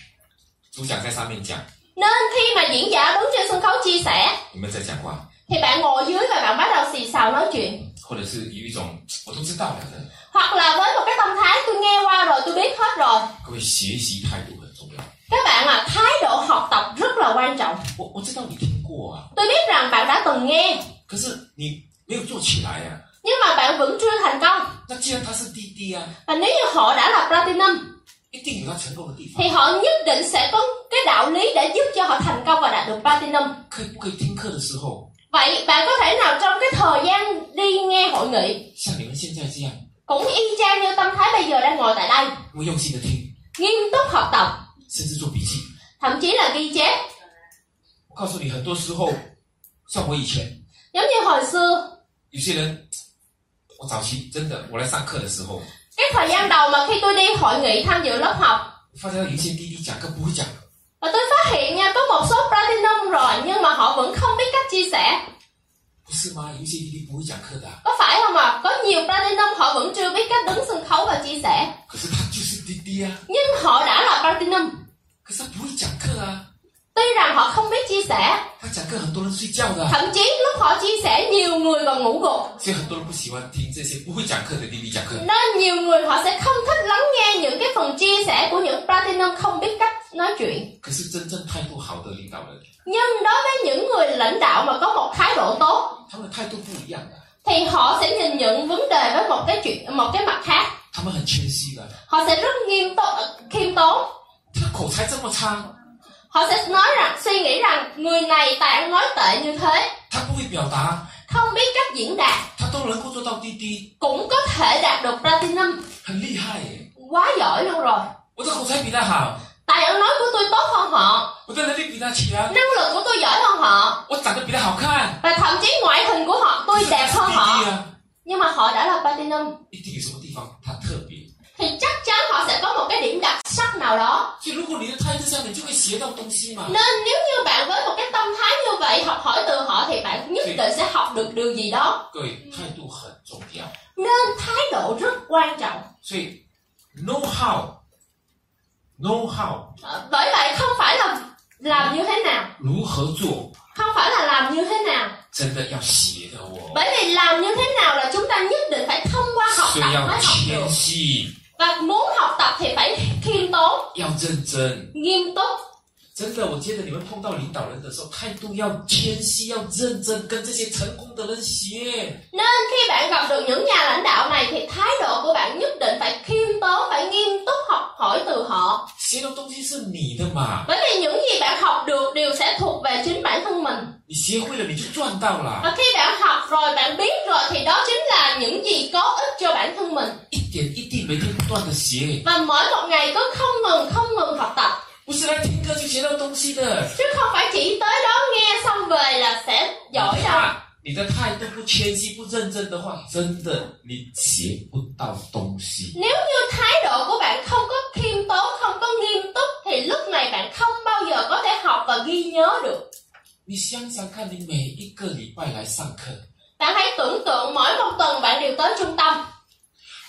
Speaker 1: 主讲在上面讲，
Speaker 2: Nên khi mà diễn giả đứng trên sân khấu chia sẻ
Speaker 1: 你们在讲话，
Speaker 2: Thì bạn ngồi dưới và bạn bắt đầu xì xào nói chuyện
Speaker 1: 或者是有一种我都知道了的。
Speaker 2: Hoặc là với một cái tâm thái tôi nghe qua rồi tôi biết hết rồi
Speaker 1: 各位，学习态度很重要。
Speaker 2: Các bạn à, thái độ học tập rất là quan trọng
Speaker 1: 我我知道你听过啊，
Speaker 2: Tôi biết rằng bạn đã từng nghe
Speaker 1: 可是你没有做起来呀、
Speaker 2: Nhưng mà bạn vẫn chưa thành công
Speaker 1: 啊。那既然他是滴滴啊，
Speaker 2: Và nếu như họ đã là Platinum
Speaker 1: 一定有他成功的地方
Speaker 2: thì。họ nhất định sẽ có cái đạo lý để giúp cho họ thành công và đạt được platinum.
Speaker 1: 可以不可以听课的时候，
Speaker 2: Vậy bạn có thể nào trong cái thời gian đi nghe hội nghị
Speaker 1: 像你们现在这样，
Speaker 2: cũng y chang như tâm thái bây giờ đang ngồi tại đây,
Speaker 1: 我用心的听，
Speaker 2: nghiêm túc học tập,
Speaker 1: 甚至做笔记。
Speaker 2: thậm chí là ghi chép.
Speaker 1: 我告诉你，很多时候，像我以前，
Speaker 2: Giống như hồi xưa,
Speaker 1: 有些人，我早期真的我来上课的时候，
Speaker 2: cái thời gian đầu mà khi tôi đi hội nghị tham dự lớp học
Speaker 1: 发现到有一些滴滴讲课不会讲，
Speaker 2: và tôi phát hiện nha có một số platinum rồi nhưng mà họ vẫn không biết cách chia sẻ.
Speaker 1: 不是吗？有一些滴滴不会讲课的啊、
Speaker 2: Có phải không ạ? À? Có nhiều platinum họ vẫn chưa biết cách đứng sân khấu và chia sẻ.
Speaker 1: 可是他就是滴滴啊，
Speaker 2: Nhưng họ đã là platinum.
Speaker 1: 可是他不会讲课啊，
Speaker 2: Tuy rằng họ không biết chia sẻ
Speaker 1: 他讲课很多人睡觉的啊、
Speaker 2: Thậm chí lúc họ chia sẻ nhiều người còn ngủ gục
Speaker 1: 所以很多人不喜欢听这些不会讲课的滴滴讲课。
Speaker 2: Nên nhiều người họ sẽ không thích lắng nghe những cái phần chia sẻ của những platinum không biết cách nói chuyện
Speaker 1: 可是真正态度好的领导人，
Speaker 2: Nhưng đối với những người lãnh đạo mà có một thái độ tốt
Speaker 1: 他们的态度不一样的、啊，
Speaker 2: thì họ sẽ nhìn nhận vấn đề với một cái chuyện một cái mặt khác
Speaker 1: 他们很谦虚的，
Speaker 2: họ sẽ rất nghiêm túc khiêm tốn
Speaker 1: 他口才这么差，
Speaker 2: họ sẽ nói rằng suy nghĩ rằng người này tại ăn nói tệ như thế
Speaker 1: 他不会表达，
Speaker 2: không biết cách diễn đạt
Speaker 1: 他都能够做到滴滴，
Speaker 2: cũng có thể đạt được platinum
Speaker 1: 很厉害耶！
Speaker 2: quá giỏi luôn rồi
Speaker 1: 我的口才比他好，
Speaker 2: tài ăn nói của tôi tốt hơn họ
Speaker 1: 我的能力比他强，
Speaker 2: năng lực của tôi giỏi hơn họ
Speaker 1: 我长得比他好看，
Speaker 2: và thậm chí ngoại hình của họ tôi
Speaker 1: 可是
Speaker 2: đẹp
Speaker 1: 他是
Speaker 2: hơn
Speaker 1: 滴
Speaker 2: họ
Speaker 1: 滴啊，
Speaker 2: nhưng mà họ đã là platinum
Speaker 1: 一定有什么地方他特别。
Speaker 2: thì chắc chắn họ sẽ có một cái điểm đặc sắc nào đó
Speaker 1: 所以如果你的态度上，你就会学到东西嘛。
Speaker 2: nên nếu như bạn với một cái tâm thái như vậy học hỏi từ họ thì bạn nhất định sẽ học được điều gì đó
Speaker 1: 各位，态度很重要，
Speaker 2: nên thái độ rất quan trọng
Speaker 1: 所以 know how know how
Speaker 2: Ờ, bởi vậy không phải là làm như thế nào
Speaker 1: 如何做，
Speaker 2: không phải là làm như thế nào
Speaker 1: 真的要学的哦。
Speaker 2: bởi vì làm như thế nào là chúng ta nhất định phải thông qua học
Speaker 1: 所
Speaker 2: tập
Speaker 1: 以要
Speaker 2: mới học được
Speaker 1: 谦虚，
Speaker 2: và muốn học tập thì phải khiêm tốn
Speaker 1: 要认真。
Speaker 2: nghiêm túc
Speaker 1: 真的，我觉得你们碰到领导人的时候，态度要谦虚，要认真，跟这些成功的人学。
Speaker 2: nên khi bạn gặp được những nhà lãnh đạo này thì thái độ của bạn nhất định phải khiêm tốn phải nghiêm túc học hỏi từ họ
Speaker 1: 学的东西是你的嘛，
Speaker 2: bởi vì những gì bạn học được đều sẽ thuộc về chính bản thân mình
Speaker 1: 你学会了你就赚到了，
Speaker 2: và khi bạn học rồi bạn biết rồi thì đó chính là những gì có ích cho bản thân mình
Speaker 1: 一点一滴，每天不断的学，
Speaker 2: và mỗi một ngày cứ không ngừng không ngừng học tập
Speaker 1: 不是来听课就学到东西的。
Speaker 2: chứ không phải chỉ tới đó nghe xong về là sẽ giỏi đâu
Speaker 1: 你的态度不谦虚、不认真的话，真的你学不到东西。
Speaker 2: Nếu như thái độ của bạn không có khiêm tốn, không có nghiêm túc thì lúc này bạn không bao giờ có thể học và ghi nhớ được.
Speaker 1: 你想想看，你每一个礼拜来上课，
Speaker 2: Bạn hãy tưởng tượng mỗi một tuần bạn đều tới trung tâm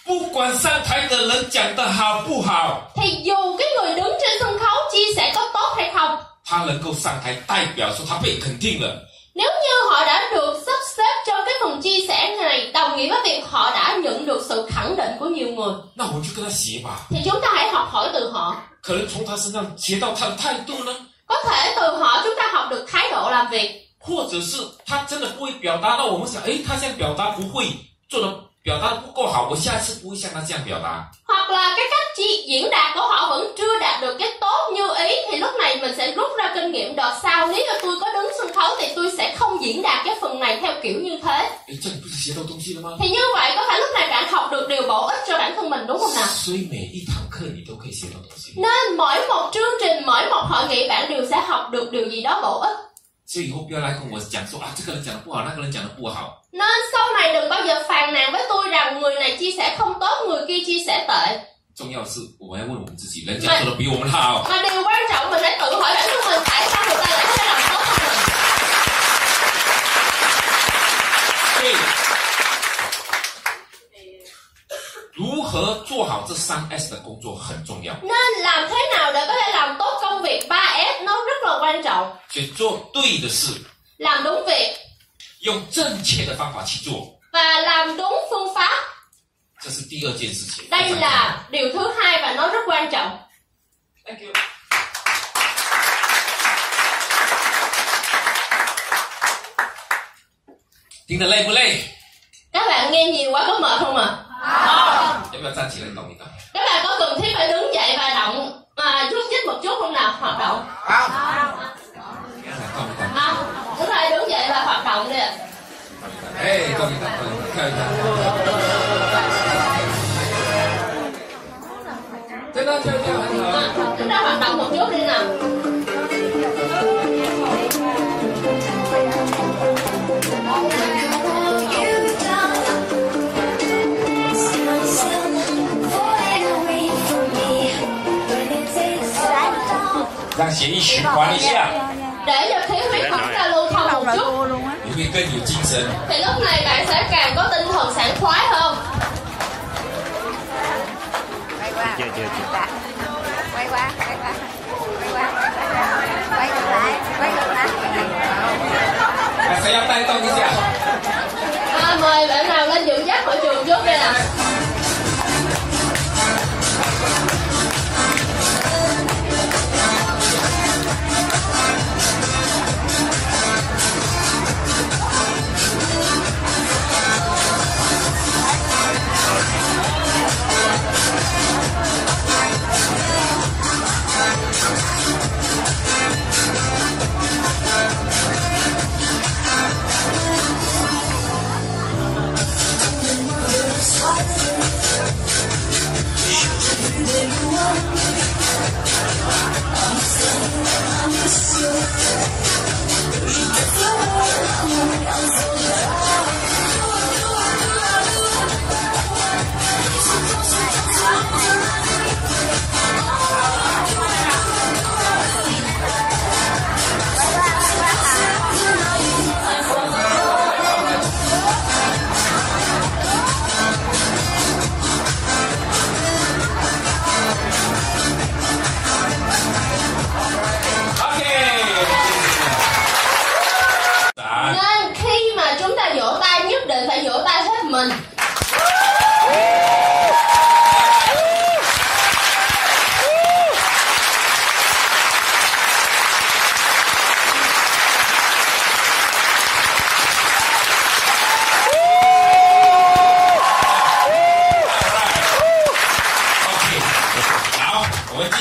Speaker 1: 不管上台的人讲的好不好，
Speaker 2: thì dù cái người đứng trên sân khấu chia sẻ có tốt hay không,
Speaker 1: 他能够上台，代表说他被肯定了。
Speaker 2: nếu như họ đã được sắp xếp trong cái phần chia sẻ này đồng nghĩa với việc họ đã nhận được sự khẳng định của nhiều người
Speaker 1: 那我就跟他学吧，
Speaker 2: thì chúng ta hãy học hỏi từ họ.
Speaker 1: 可能从他身上学到他的态度呢，
Speaker 2: Có thể từ họ chúng ta học được thái độ làm việc
Speaker 1: 或者是他真的不会表达，那我们想，诶，他现在表达不会，做的表达得不够好，我下次不会像他这样表达。
Speaker 2: hoặc là cái cách chi- diễn đạt của họ vẫn chưa đạt được cái tốt như ý thì lúc này mình sẽ rút ra kinh nghiệm đợt sau nếu như tôi có đứng sân khấu thì tôi sẽ không diễn đạt cái phần này theo kiểu như thế
Speaker 1: 诶，这样你不是学到东西了吗？
Speaker 2: thì như vậy có phải lúc này bạn học được điều bổ ích cho bản thân mình đúng không nào
Speaker 1: 所以每一堂课你都可以学到东西。
Speaker 2: nên mỗi một chương trình mỗi một hội nghị bạn đều sẽ học được điều gì đó bổ ích
Speaker 1: 所以以后不要来跟我讲说啊，这个人讲的不好，那个人讲的不好。
Speaker 2: nên sau này đừng bao giờ phàn nàn với tôi rằng người này chia sẻ không tốt người kia chia sẻ tệ
Speaker 1: 重要是我们要问我们自己，人家做的比我们好。
Speaker 2: mà điều quan trọng mình hãy tự hỏi bản thân mình tại sao người ta lại có thể làm tốt hơn mình
Speaker 1: 对，如何做好这三 S 的工作很重要。
Speaker 2: Nên làm thế nào để có thể làm tốt công việc 3S nó rất là quan trọng.
Speaker 1: 所以做对的事，
Speaker 2: Làm đúng việc
Speaker 1: 用正确的方法去做，
Speaker 2: và làm đúng phương pháp.
Speaker 1: 这是第二件事情。非
Speaker 2: Đây
Speaker 1: 常重要
Speaker 2: là điều thứ hai và nó rất quan trọng.
Speaker 1: Thank you. 听得累不累？
Speaker 2: Các bạn nghe nhiều quá có mệt không ạ? À?
Speaker 1: 要不要站起来动一动？
Speaker 2: Các bạn có cần thiết phải đứng dậy và động à, chút chích một chút không nào? Hoạt động.
Speaker 1: 来动一动。
Speaker 2: À, đúng rồi, đứng dậy và hoạt động đi. ạ.
Speaker 1: 哎，动一动，动一动，跳一跳。真的跳一跳很好
Speaker 2: À,。chúng ta hoạt động một chút đi nào.
Speaker 3: Thank
Speaker 1: 让血液循环一下，
Speaker 2: Để cho khí huyết của chúng ta lưu thông một chút
Speaker 1: 你会更有精神。
Speaker 2: thì lúc này bạn sẽ càng có tinh thần sảng khoái hơn.
Speaker 4: Chưa, chưa, chưa.
Speaker 3: Quay qua, quay qua, quay qua, quay ngược lại, quay ngược lại.
Speaker 1: 哎，谁要带动一下？
Speaker 2: À, mời bạn nào lên dự giác hội trường trước đây ạ.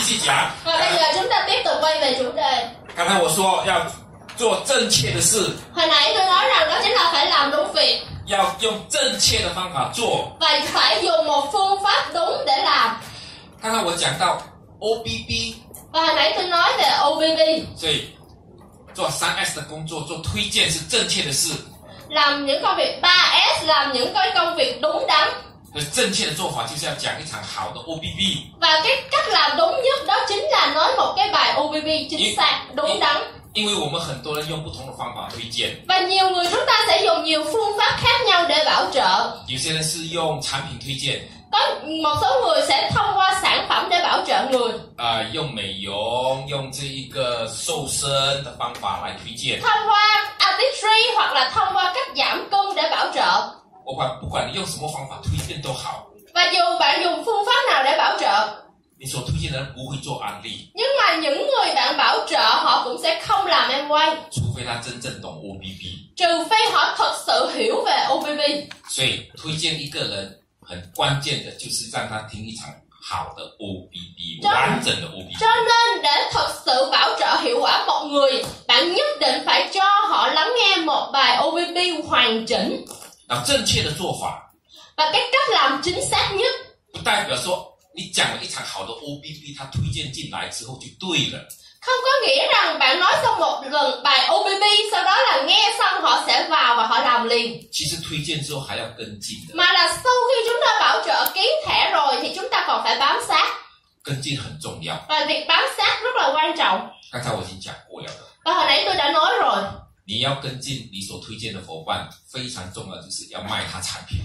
Speaker 1: 续讲。
Speaker 2: Và bây giờ chúng ta tiếp tục quay về chủ đề.
Speaker 1: 刚才我说要做正确的事，
Speaker 2: Hồi nãy tôi nói rằng đó chính là phải làm đúng việc
Speaker 1: 要用正确的方法做。
Speaker 2: và phải dùng một phương pháp đúng để làm.
Speaker 1: 刚才我讲到 O B B，
Speaker 2: Và hồi nãy tôi nói về OBB,
Speaker 1: 所以做三 S 的工作，做推荐是正确的事，
Speaker 2: làm những công việc 3S, làm những cái công việc đúng đắn.
Speaker 1: 所以正确的做法就是要讲一场好的 O B B，
Speaker 2: Và cái cách làm đúng nhất đó chính là nói một cái bài OBB chính
Speaker 1: Ý-
Speaker 2: xác, đúng
Speaker 1: ý-
Speaker 2: đắn.
Speaker 1: 因为我们很多人用不同的方法推荐，
Speaker 2: Và nhiều người chúng ta sẽ dùng nhiều phương pháp khác nhau để bảo trợ.
Speaker 1: 有些人是用产品推荐，
Speaker 2: Có một số người sẽ thông qua sản phẩm để bảo trợ người,
Speaker 1: 呃，用美容，用这一个瘦身的方法来推荐。
Speaker 2: thông qua artistry hoặc là thông qua cách giảm cân để bảo trợ.
Speaker 1: 我管不管你用什么方法推荐都好，
Speaker 2: Và dù bạn dùng phương pháp nào để bảo trợ,
Speaker 1: 你所推荐的人不会做案例，
Speaker 2: nhưng mà những người bạn bảo trợ họ cũng sẽ không làm em quay,
Speaker 1: 除非他真正懂 O B B。
Speaker 2: trừ phi họ thật sự hiểu về OBB.
Speaker 1: 所以推荐一个人很关键的就是让他听一场好的 O B B，
Speaker 2: 这样
Speaker 1: 完整的 O B B。
Speaker 2: Cho nên để thật sự bảo trợ hiệu quả một người, bạn nhất định phải cho họ lắng nghe một bài OBB hoàn chỉnh.
Speaker 1: 然后正确的做法，
Speaker 2: Và cái cách làm chính xác nhất
Speaker 1: 不代表说你讲了一场好的 O B B，他推荐进来之后就对了。
Speaker 2: không có nghĩa rằng bạn nói xong một lần bài OBB sau đó là nghe xong họ sẽ vào và họ làm liền.
Speaker 1: 其实推荐之后还要跟进的，
Speaker 2: Mà là sau khi chúng ta bảo trợ ký thẻ rồi thì chúng ta còn phải bám sát.
Speaker 1: 跟进很重要。
Speaker 2: Và việc bám sát rất là quan trọng.
Speaker 1: 刚才我已经讲过了的，
Speaker 2: Và hồi nãy tôi đã nói rồi
Speaker 1: 你要跟进你所推荐的伙伴，非常重要就是要卖他产品。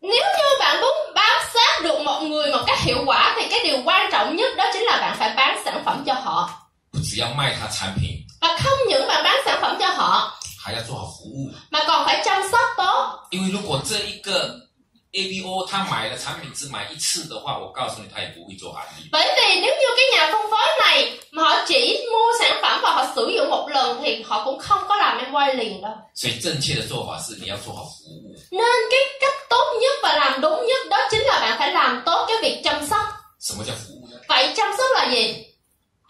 Speaker 2: Nếu như bạn muốn bám sát được một người một cách hiệu quả Thì cái điều quan trọng nhất đó chính là bạn phải bán sản phẩm cho họ
Speaker 1: 不只要卖他产品，
Speaker 2: Và không những bạn bán sản phẩm cho họ
Speaker 1: 还要做好服务。
Speaker 2: Mà còn phải chăm sóc tốt
Speaker 1: 因为如果这一个 A B O 他买了产品只买一次的话，我告诉你，他也不会做案例。
Speaker 2: Bởi vì nếu như cái nhà phân phối này Mà họ chỉ mua sản phẩm và họ sử dụng một lần Thì họ cũng không có làm em quay liền đâu
Speaker 1: 所以正确的做法是你要做好服务，
Speaker 2: Nên cái cách tốt nhất và làm đúng nhất đó chính là bạn phải làm tốt cái việc chăm sóc
Speaker 1: 什么叫服务呢？
Speaker 2: Vậy chăm sóc là gì?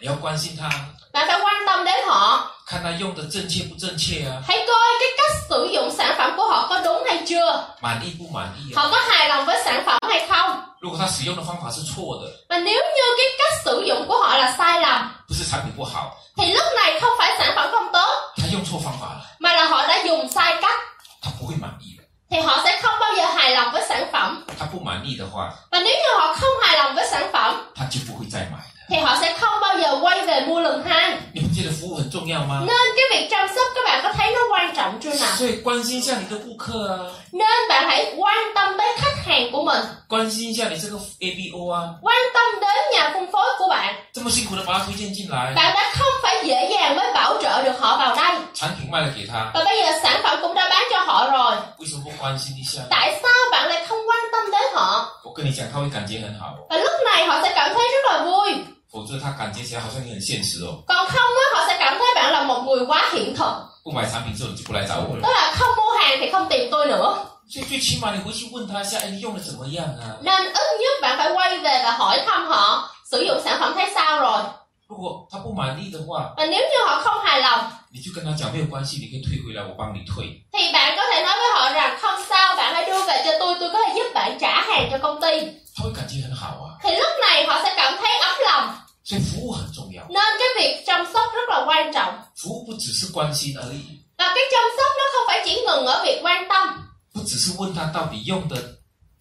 Speaker 1: 你要关心他，
Speaker 2: Bạn phải quan tâm đến họ
Speaker 1: 看他用的正确不正确啊，
Speaker 2: Hãy coi cái cách sử dụng sản phẩm của họ có đúng hay chưa
Speaker 1: 满意不满意啊？
Speaker 2: họ có hài lòng với sản phẩm hay không
Speaker 1: 如果他使用的方法是错的，
Speaker 2: và nếu như cái cách sử dụng của họ là sai lầm
Speaker 1: 不是产品不好，
Speaker 2: thì lúc này không phải sản phẩm không tốt
Speaker 1: 他用错方法了，
Speaker 2: mà là họ đã dùng sai cách
Speaker 1: 他不会满意的。
Speaker 2: thì họ sẽ không bao giờ hài lòng với sản phẩm
Speaker 1: 他不满意的话，
Speaker 2: và nếu như họ không hài lòng với sản phẩm
Speaker 1: 他就不会再买的。
Speaker 2: thì họ sẽ không bao giờ quay về mua lần hai
Speaker 1: 你不觉得服务很重要吗？
Speaker 2: nên cái việc chăm sóc các bạn có thấy nó quan trọng chưa nào
Speaker 1: 所以关心一下你的顾客啊，
Speaker 2: nên bạn hãy quan tâm đến khách hàng của mình
Speaker 1: 关心一下你这个 A B O 啊，
Speaker 2: quan tâm đến nhà phân phối của bạn
Speaker 1: 这么辛苦的把他推荐进来，
Speaker 2: bạn đã không phải dễ dàng mới bảo trợ được họ vào đây
Speaker 1: 产品卖了给他，
Speaker 2: và bây giờ sản phẩm cũng đã bán cho họ rồi
Speaker 1: 为什么不关心一下？
Speaker 2: tại sao bạn lại không quan tâm đến họ
Speaker 1: 我跟你讲，他会感觉很好，
Speaker 2: và lúc này họ sẽ cảm thấy rất là vui
Speaker 1: 否则他感觉起来好像你很现实哦。
Speaker 2: còn không á họ sẽ cảm thấy bạn là một người quá hiện thực
Speaker 1: 不买产品之后你就不来找我了，
Speaker 2: tức là không mua hàng thì không tìm tôi nữa
Speaker 1: 所以最起码你回去问他一下，哎，你用的怎么样啊？
Speaker 2: nên ít nhất bạn phải quay về và hỏi thăm họ sử dụng sản phẩm thấy sao rồi
Speaker 1: 如果他不满意的话，
Speaker 2: và nếu như họ không hài lòng
Speaker 1: 你就跟他讲没有关系，你可以退回来，我帮你退。
Speaker 2: thì bạn có thể nói với họ rằng không sao bạn hãy đưa về cho tôi tôi có thể giúp bạn trả hàng cho công ty
Speaker 1: 他会感觉很好啊，
Speaker 2: thì lúc này họ sẽ cảm thấy ấm lòng
Speaker 1: 所以服务很重要，
Speaker 2: nên cái việc chăm sóc rất là quan trọng
Speaker 1: 服务不只是关心而已，
Speaker 2: và cái chăm sóc nó không phải chỉ ngừng ở việc quan tâm
Speaker 1: 不只是问他到底用的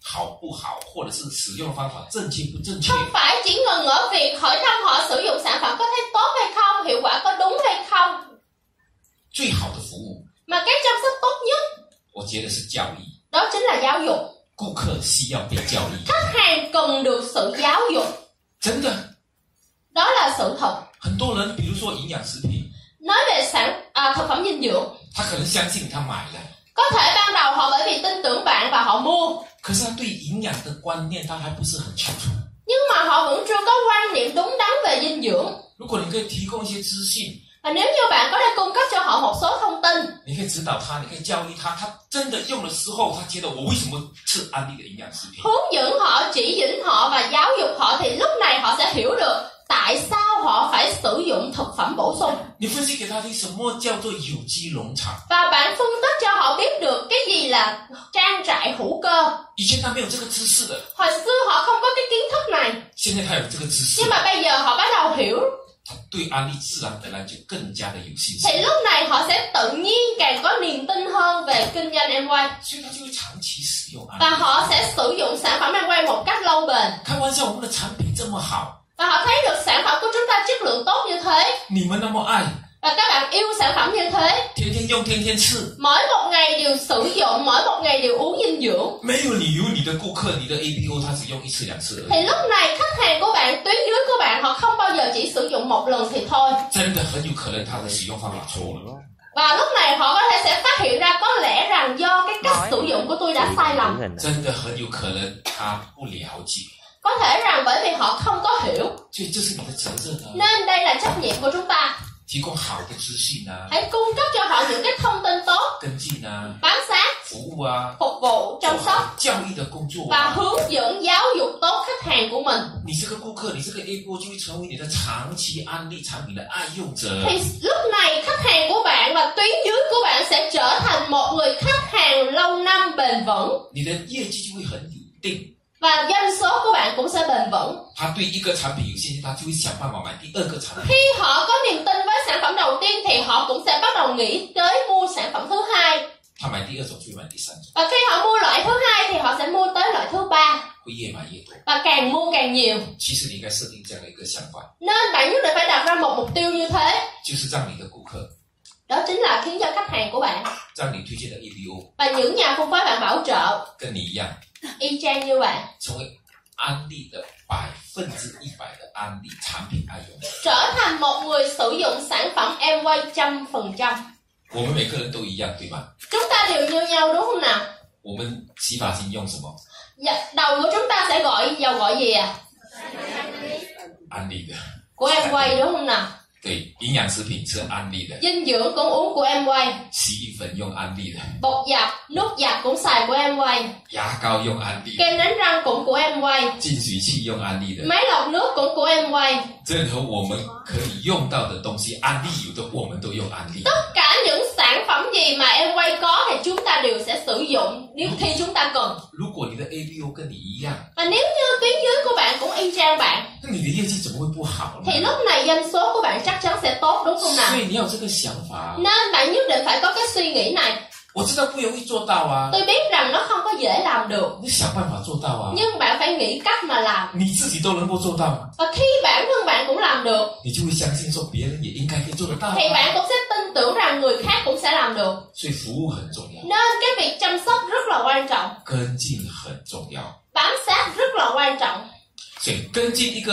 Speaker 1: 好不好，或者是使用的方法正确不正确，
Speaker 2: không phải chỉ ngừng ở việc hỏi thăm họ sử dụng sản phẩm có thấy tốt hay không hiệu quả có đúng hay không
Speaker 1: 最好的服务，
Speaker 2: mà cái chăm sóc tốt nhất
Speaker 1: 我觉得是教育。
Speaker 2: đó chính là giáo dục
Speaker 1: 顾客需要被教育，
Speaker 2: khách hàng cần được sự giáo dục
Speaker 1: 真的，
Speaker 2: đó là sự thật
Speaker 1: 很多人，比如说营养食品，
Speaker 2: nói về sản à, thực phẩm dinh dưỡng
Speaker 1: 他可能相信他买了，
Speaker 2: có thể ban đầu họ bởi vì tin tưởng bạn và họ mua
Speaker 1: 可是他对营养的观念他还不是很清楚。
Speaker 2: nhưng mà họ vẫn chưa có quan niệm đúng đắn về dinh dưỡng
Speaker 1: 如果你可以提供一些资讯，
Speaker 2: và nếu như bạn có thể cung cấp cho họ một số thông tin
Speaker 1: 你可以指导他，你可以教育他，他真的用的时候，他觉得我为什么吃安利的营养食品？
Speaker 2: hướng dẫn họ chỉ dẫn họ và giáo dục họ thì lúc này họ sẽ hiểu được tại
Speaker 1: 你分析给他听，什么叫做有机农场？
Speaker 2: và bạn phân tích cho họ biết được cái gì là trang trại hữu cơ
Speaker 1: 以前他没有这个知识的，
Speaker 2: hồi xưa họ không có cái kiến thức này
Speaker 1: 现在他有这个知识
Speaker 2: nhưng，mà bây giờ họ bắt đầu hiểu
Speaker 1: 对安利自然而然就更加的有信心，
Speaker 2: thì lúc này họ sẽ tự nhiên càng có niềm tin hơn về kinh doanh em quay
Speaker 1: 所以他就会长期使用安利。
Speaker 2: và họ sẽ sử dụng sản phẩm em quay một cách lâu bền
Speaker 1: 开玩笑，我们的产品这么好，
Speaker 2: và họ thấy được sản phẩm của chúng ta chất lượng tốt như thế
Speaker 1: 你们那么爱，
Speaker 2: và các bạn yêu sản phẩm như thế
Speaker 1: 天天用，天天吃，
Speaker 2: mỗi một ngày đều sử dụng mỗi một ngày đều uống dinh dưỡng
Speaker 1: 没有理由你的顾客，你的 APO 他只用一次两次而已，
Speaker 2: thì lúc này khách hàng của bạn tuyến dưới của bạn họ không bao giờ chỉ sử dụng một lần thì thôi
Speaker 1: 真的很有可能他的使用方法错了。
Speaker 2: và lúc này họ có thể sẽ phát hiện ra có lẽ rằng do cái cách
Speaker 3: Nói.
Speaker 2: sử dụng của tôi đã sai lầm
Speaker 1: 真的很有可能他不了解，
Speaker 2: có thể rằng bởi vì họ không có hiểu
Speaker 1: 所以这是你的责任啊，
Speaker 2: nên đây là trách nhiệm của chúng ta
Speaker 1: 提供好的资讯啊、
Speaker 2: hãy cung cấp cho họ những cái thông tin tốt
Speaker 1: 跟进啊、
Speaker 2: bám sát
Speaker 1: 服务啊、
Speaker 2: phục vụ chăm sóc
Speaker 1: 教育的工作
Speaker 2: và
Speaker 1: 啊。
Speaker 2: hướng dẫn giáo dục tốt khách hàng của mình
Speaker 1: 你这个顾客，你这个 A 波就会成为你的长期安利产品的爱用者。
Speaker 2: thì lúc này khách hàng của bạn và tuyến dưới của bạn sẽ trở thành một người khách hàng lâu năm bền vững
Speaker 1: 你的业绩就会很稳定。
Speaker 2: và doanh số của bạn cũng sẽ bền vững
Speaker 1: 他对一个产品有信心，他就会想办法买第二个产品。
Speaker 2: Khi họ có niềm tin với sản phẩm đầu tiên thì họ cũng sẽ bắt đầu nghĩ tới mua sản phẩm thứ hai
Speaker 1: 他买第二种就会买第三种，
Speaker 2: và khi họ mua loại thứ hai thì họ sẽ mua tới loại thứ ba
Speaker 1: 会越买越多。
Speaker 2: và càng mua càng nhiều
Speaker 1: 其实你应该设定这样的一个想法，
Speaker 2: nên bạn nhất định phải đặt ra một mục tiêu như thế
Speaker 1: 就是让你的顾客，
Speaker 2: đó chính là khiến cho khách hàng của bạn
Speaker 1: 让你推荐的 A B O
Speaker 2: và những nhà phân phối bạn bảo trợ
Speaker 1: 跟你一样，
Speaker 2: y chang như bạn
Speaker 1: 成为安利的百分之一百的安利产品爱用者。
Speaker 2: trở thành một người sử dụng sản phẩm em quay trăm phần trăm
Speaker 1: 我们每个人都一样，对吗？
Speaker 2: chúng ta đều như nhau đúng không nào
Speaker 1: 我们洗发精用什么？
Speaker 2: dạ, đầu của chúng ta sẽ gọi dầu gọi gì à
Speaker 1: 安利的。
Speaker 2: của em quay đúng không nào
Speaker 1: 对，营养食品吃安利的，
Speaker 2: dinh dưỡng cũng uống của em quay
Speaker 1: 洗衣粉用安利的，
Speaker 2: bột giặt nước giặt cũng xài của em quay
Speaker 1: 牙膏用安利的，
Speaker 2: kem đánh răng cũng của em quay
Speaker 1: 净水器用安利的，
Speaker 2: máy lọc nước cũng của em quay
Speaker 1: 任何我们可以用到的东西，安利有的我们都用安利。
Speaker 2: tất cả những sản phẩm gì mà em quay có thì chúng ta đều sẽ sử dụng nếu khi chúng ta cần
Speaker 1: 如果你的 ABO 跟你一样，
Speaker 2: và nếu như tuyến dưới của bạn cũng y chang bạn
Speaker 1: 那你的业绩怎么会不好呢？
Speaker 2: thì lúc này doanh số của bạn chắc chắn sẽ tốt đúng không nào
Speaker 1: 所以你要有这个想法，啊
Speaker 2: nên bạn nhất định phải có cái suy nghĩ này
Speaker 1: 我知道不容易做到啊，
Speaker 2: tôi biết rằng nó không có dễ làm được
Speaker 1: 你想办法做到啊，
Speaker 2: nhưng bạn phải nghĩ cách mà làm
Speaker 1: 你自己都能够做到，
Speaker 2: và khi bản thân bạn cũng làm được
Speaker 1: 你就会相信说别人也应该可以做得到啊、
Speaker 2: thì bạn cũng sẽ tin tưởng rằng người khác cũng sẽ làm được
Speaker 1: 所以服务很重要，
Speaker 2: nên cái việc chăm sóc rất là quan trọng
Speaker 1: 跟进很重要，
Speaker 2: bám sát rất là quan trọng
Speaker 1: 所以跟进一个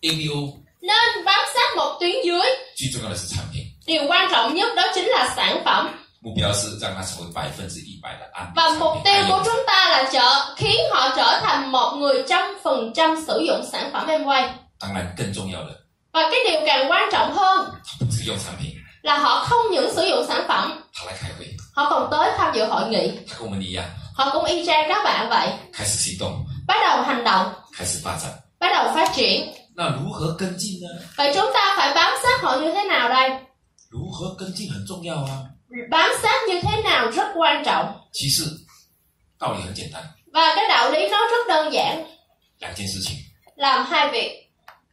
Speaker 1: ABO
Speaker 2: nên bám sát một tuyến dưới
Speaker 1: 最重要的是产品。
Speaker 2: điều quan trọng nhất đó chính là sản phẩm
Speaker 1: 目标是让它成为百分之一百的安利
Speaker 2: và
Speaker 1: 产
Speaker 2: mục
Speaker 1: 品
Speaker 2: tiêu
Speaker 1: 安利
Speaker 2: của chúng ta là trở khiến họ trở thành một người trăm phần trăm sử dụng sản phẩm em quay
Speaker 1: 当然更重要的，
Speaker 2: và cái điều càng quan trọng hơn
Speaker 1: 它不是用产品，
Speaker 2: là họ không những sử dụng sản phẩm
Speaker 1: 他来开会，
Speaker 2: họ còn tới tham dự hội nghị
Speaker 1: 他跟我们一样，
Speaker 2: họ cũng y chang các bạn vậy
Speaker 1: 开始行动，
Speaker 2: bắt đầu hành động
Speaker 1: 开始发展。
Speaker 2: bắt đầu phát triển
Speaker 1: 那如何跟进呢？
Speaker 2: vậy chúng ta phải bám sát họ như thế nào đây
Speaker 1: 如何跟进很重要啊。
Speaker 2: bám sát như thế nào rất quan trọng
Speaker 1: 其实道理很简单，
Speaker 2: và cái đạo lý nó rất đơn giản
Speaker 1: 两件事情：
Speaker 2: làm hai việc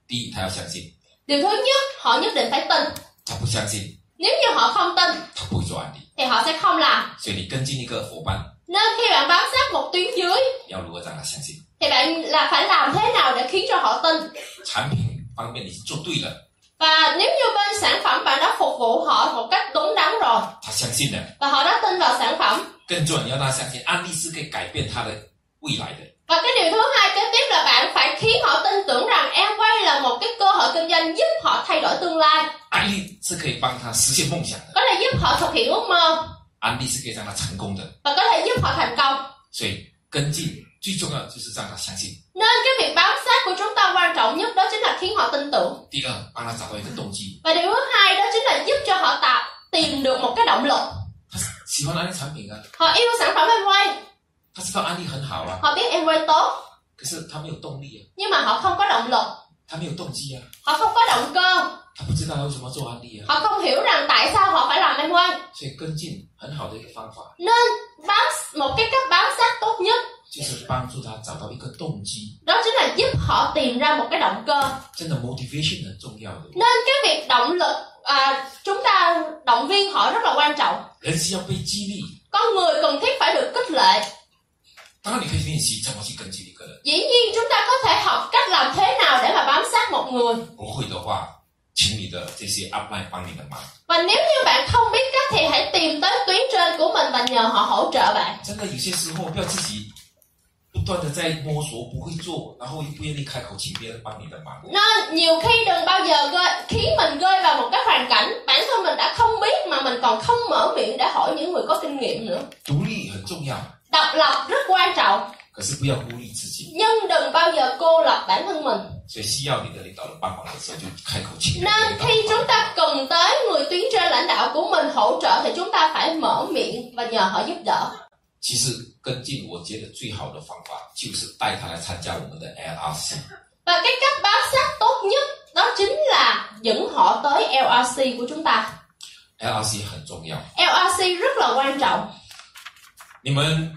Speaker 1: 第一，他要相信，
Speaker 2: điều thứ nhất họ nhất định phải tin
Speaker 1: 他不相信，
Speaker 2: nếu như họ không tin
Speaker 1: 他不会做安利。
Speaker 2: thì họ sẽ không làm
Speaker 1: 所以你跟进一个伙伴，
Speaker 2: nên khi bạn bám sát một tuyến dưới
Speaker 1: 你要如何让他相信？
Speaker 2: thì bạn là phải làm thế nào để khiến cho họ tin
Speaker 1: 产品方面你是做对了，
Speaker 2: và nếu như bên sản phẩm bạn đã phục vụ họ một cách đúng đắn rồi
Speaker 1: 他相信了。
Speaker 2: và họ đã tin vào sản phẩm
Speaker 1: 更重要，你要让他相信安利是可以改变他的未来的。
Speaker 2: và cái điều thứ hai kế tiếp là bạn phải khiến họ tin tưởng rằng em quay là một cái cơ hội kinh doanh giúp họ thay đổi tương lai
Speaker 1: 安利是可以帮他实现梦想的，
Speaker 2: có thể giúp họ thực hiện ước mơ
Speaker 1: 安利是可以让他成功的。
Speaker 2: và có thể giúp họ thành công
Speaker 1: 所以跟进最重要的就是让他相信。
Speaker 2: Nên cái việc bám sát của chúng ta quan trọng nhất đó chính là khiến họ tin tưởng
Speaker 1: 第二，帮他找到一个动机，
Speaker 2: Và điều thứ hai đó chính là giúp cho họ tạo tìm được một cái động lực
Speaker 1: 他喜欢安利产品啊，
Speaker 2: Họ yêu sản phẩm em quay,
Speaker 1: 他知道安利很好啊，
Speaker 2: họ biết em quay tốt
Speaker 1: 可是他没有动力啊，
Speaker 2: Nhưng mà họ không có động lực,
Speaker 1: 他没有动机啊，
Speaker 2: họ không có động cơ
Speaker 1: 啊他不知道他为什么做安利啊，
Speaker 2: Họ không hiểu rằng tại sao họ phải làm M1
Speaker 1: 所以跟进很好的一个方法
Speaker 2: Bám, Một cái cách bám sát tốt nhất
Speaker 1: 就是帮助他找到一个动机，
Speaker 2: Đó chính là giúp họ tìm ra một cái động cơ
Speaker 1: 真的 motivation 很重要的，
Speaker 2: Cái việc động lực à, Chúng ta động viên họ rất là quan trọng
Speaker 1: 人是要被激励。
Speaker 2: Con người cần thiết phải được khích lệ
Speaker 1: 当然你可以练习怎么去跟进一个人，
Speaker 2: Dĩ nhiên chúng ta có thể học cách làm thế nào để mà bám sát một người
Speaker 1: 不会的话，请你的这些 upline 帮你的忙，
Speaker 2: Và nếu như bạn không biết cách thì hãy tìm tới tuyến trên của mình và nhờ họ hỗ trợ bạn
Speaker 1: 真的有些时候不要自己不断的在摸索，不会做，然后又不愿意开口请别人帮你的忙。
Speaker 2: Nên nhiều khi đừng bao giờ gơi, khi mình rơi vào một cái hoàn cảnh bản thân mình đã không biết mà mình còn không mở miệng để hỏi những người có kinh nghiệm nữa.
Speaker 1: 独立很重要，
Speaker 2: Độc lập rất quan trọng,
Speaker 1: 可是不要孤立自己，
Speaker 2: nhưng đừng bao giờ cô lập bản thân mình.
Speaker 1: 所以需要你的领导人帮忙的时候，就开口请别人
Speaker 2: Nên
Speaker 1: 帮忙。
Speaker 2: khi chúng ta cần tới người tuyến trên lãnh đạo của mình hỗ trợ thì chúng ta phải mở miệng và nhờ họ giúp đỡ.
Speaker 1: 其实跟进，我觉得最好的方法就是带他来参加我们的 LRC。
Speaker 2: Và cái cách bám sát tốt nhất đó chính là dẫn họ tới LRC của chúng ta.
Speaker 1: LRC 很重要，
Speaker 2: LRC rất là quan trọng.
Speaker 1: 你们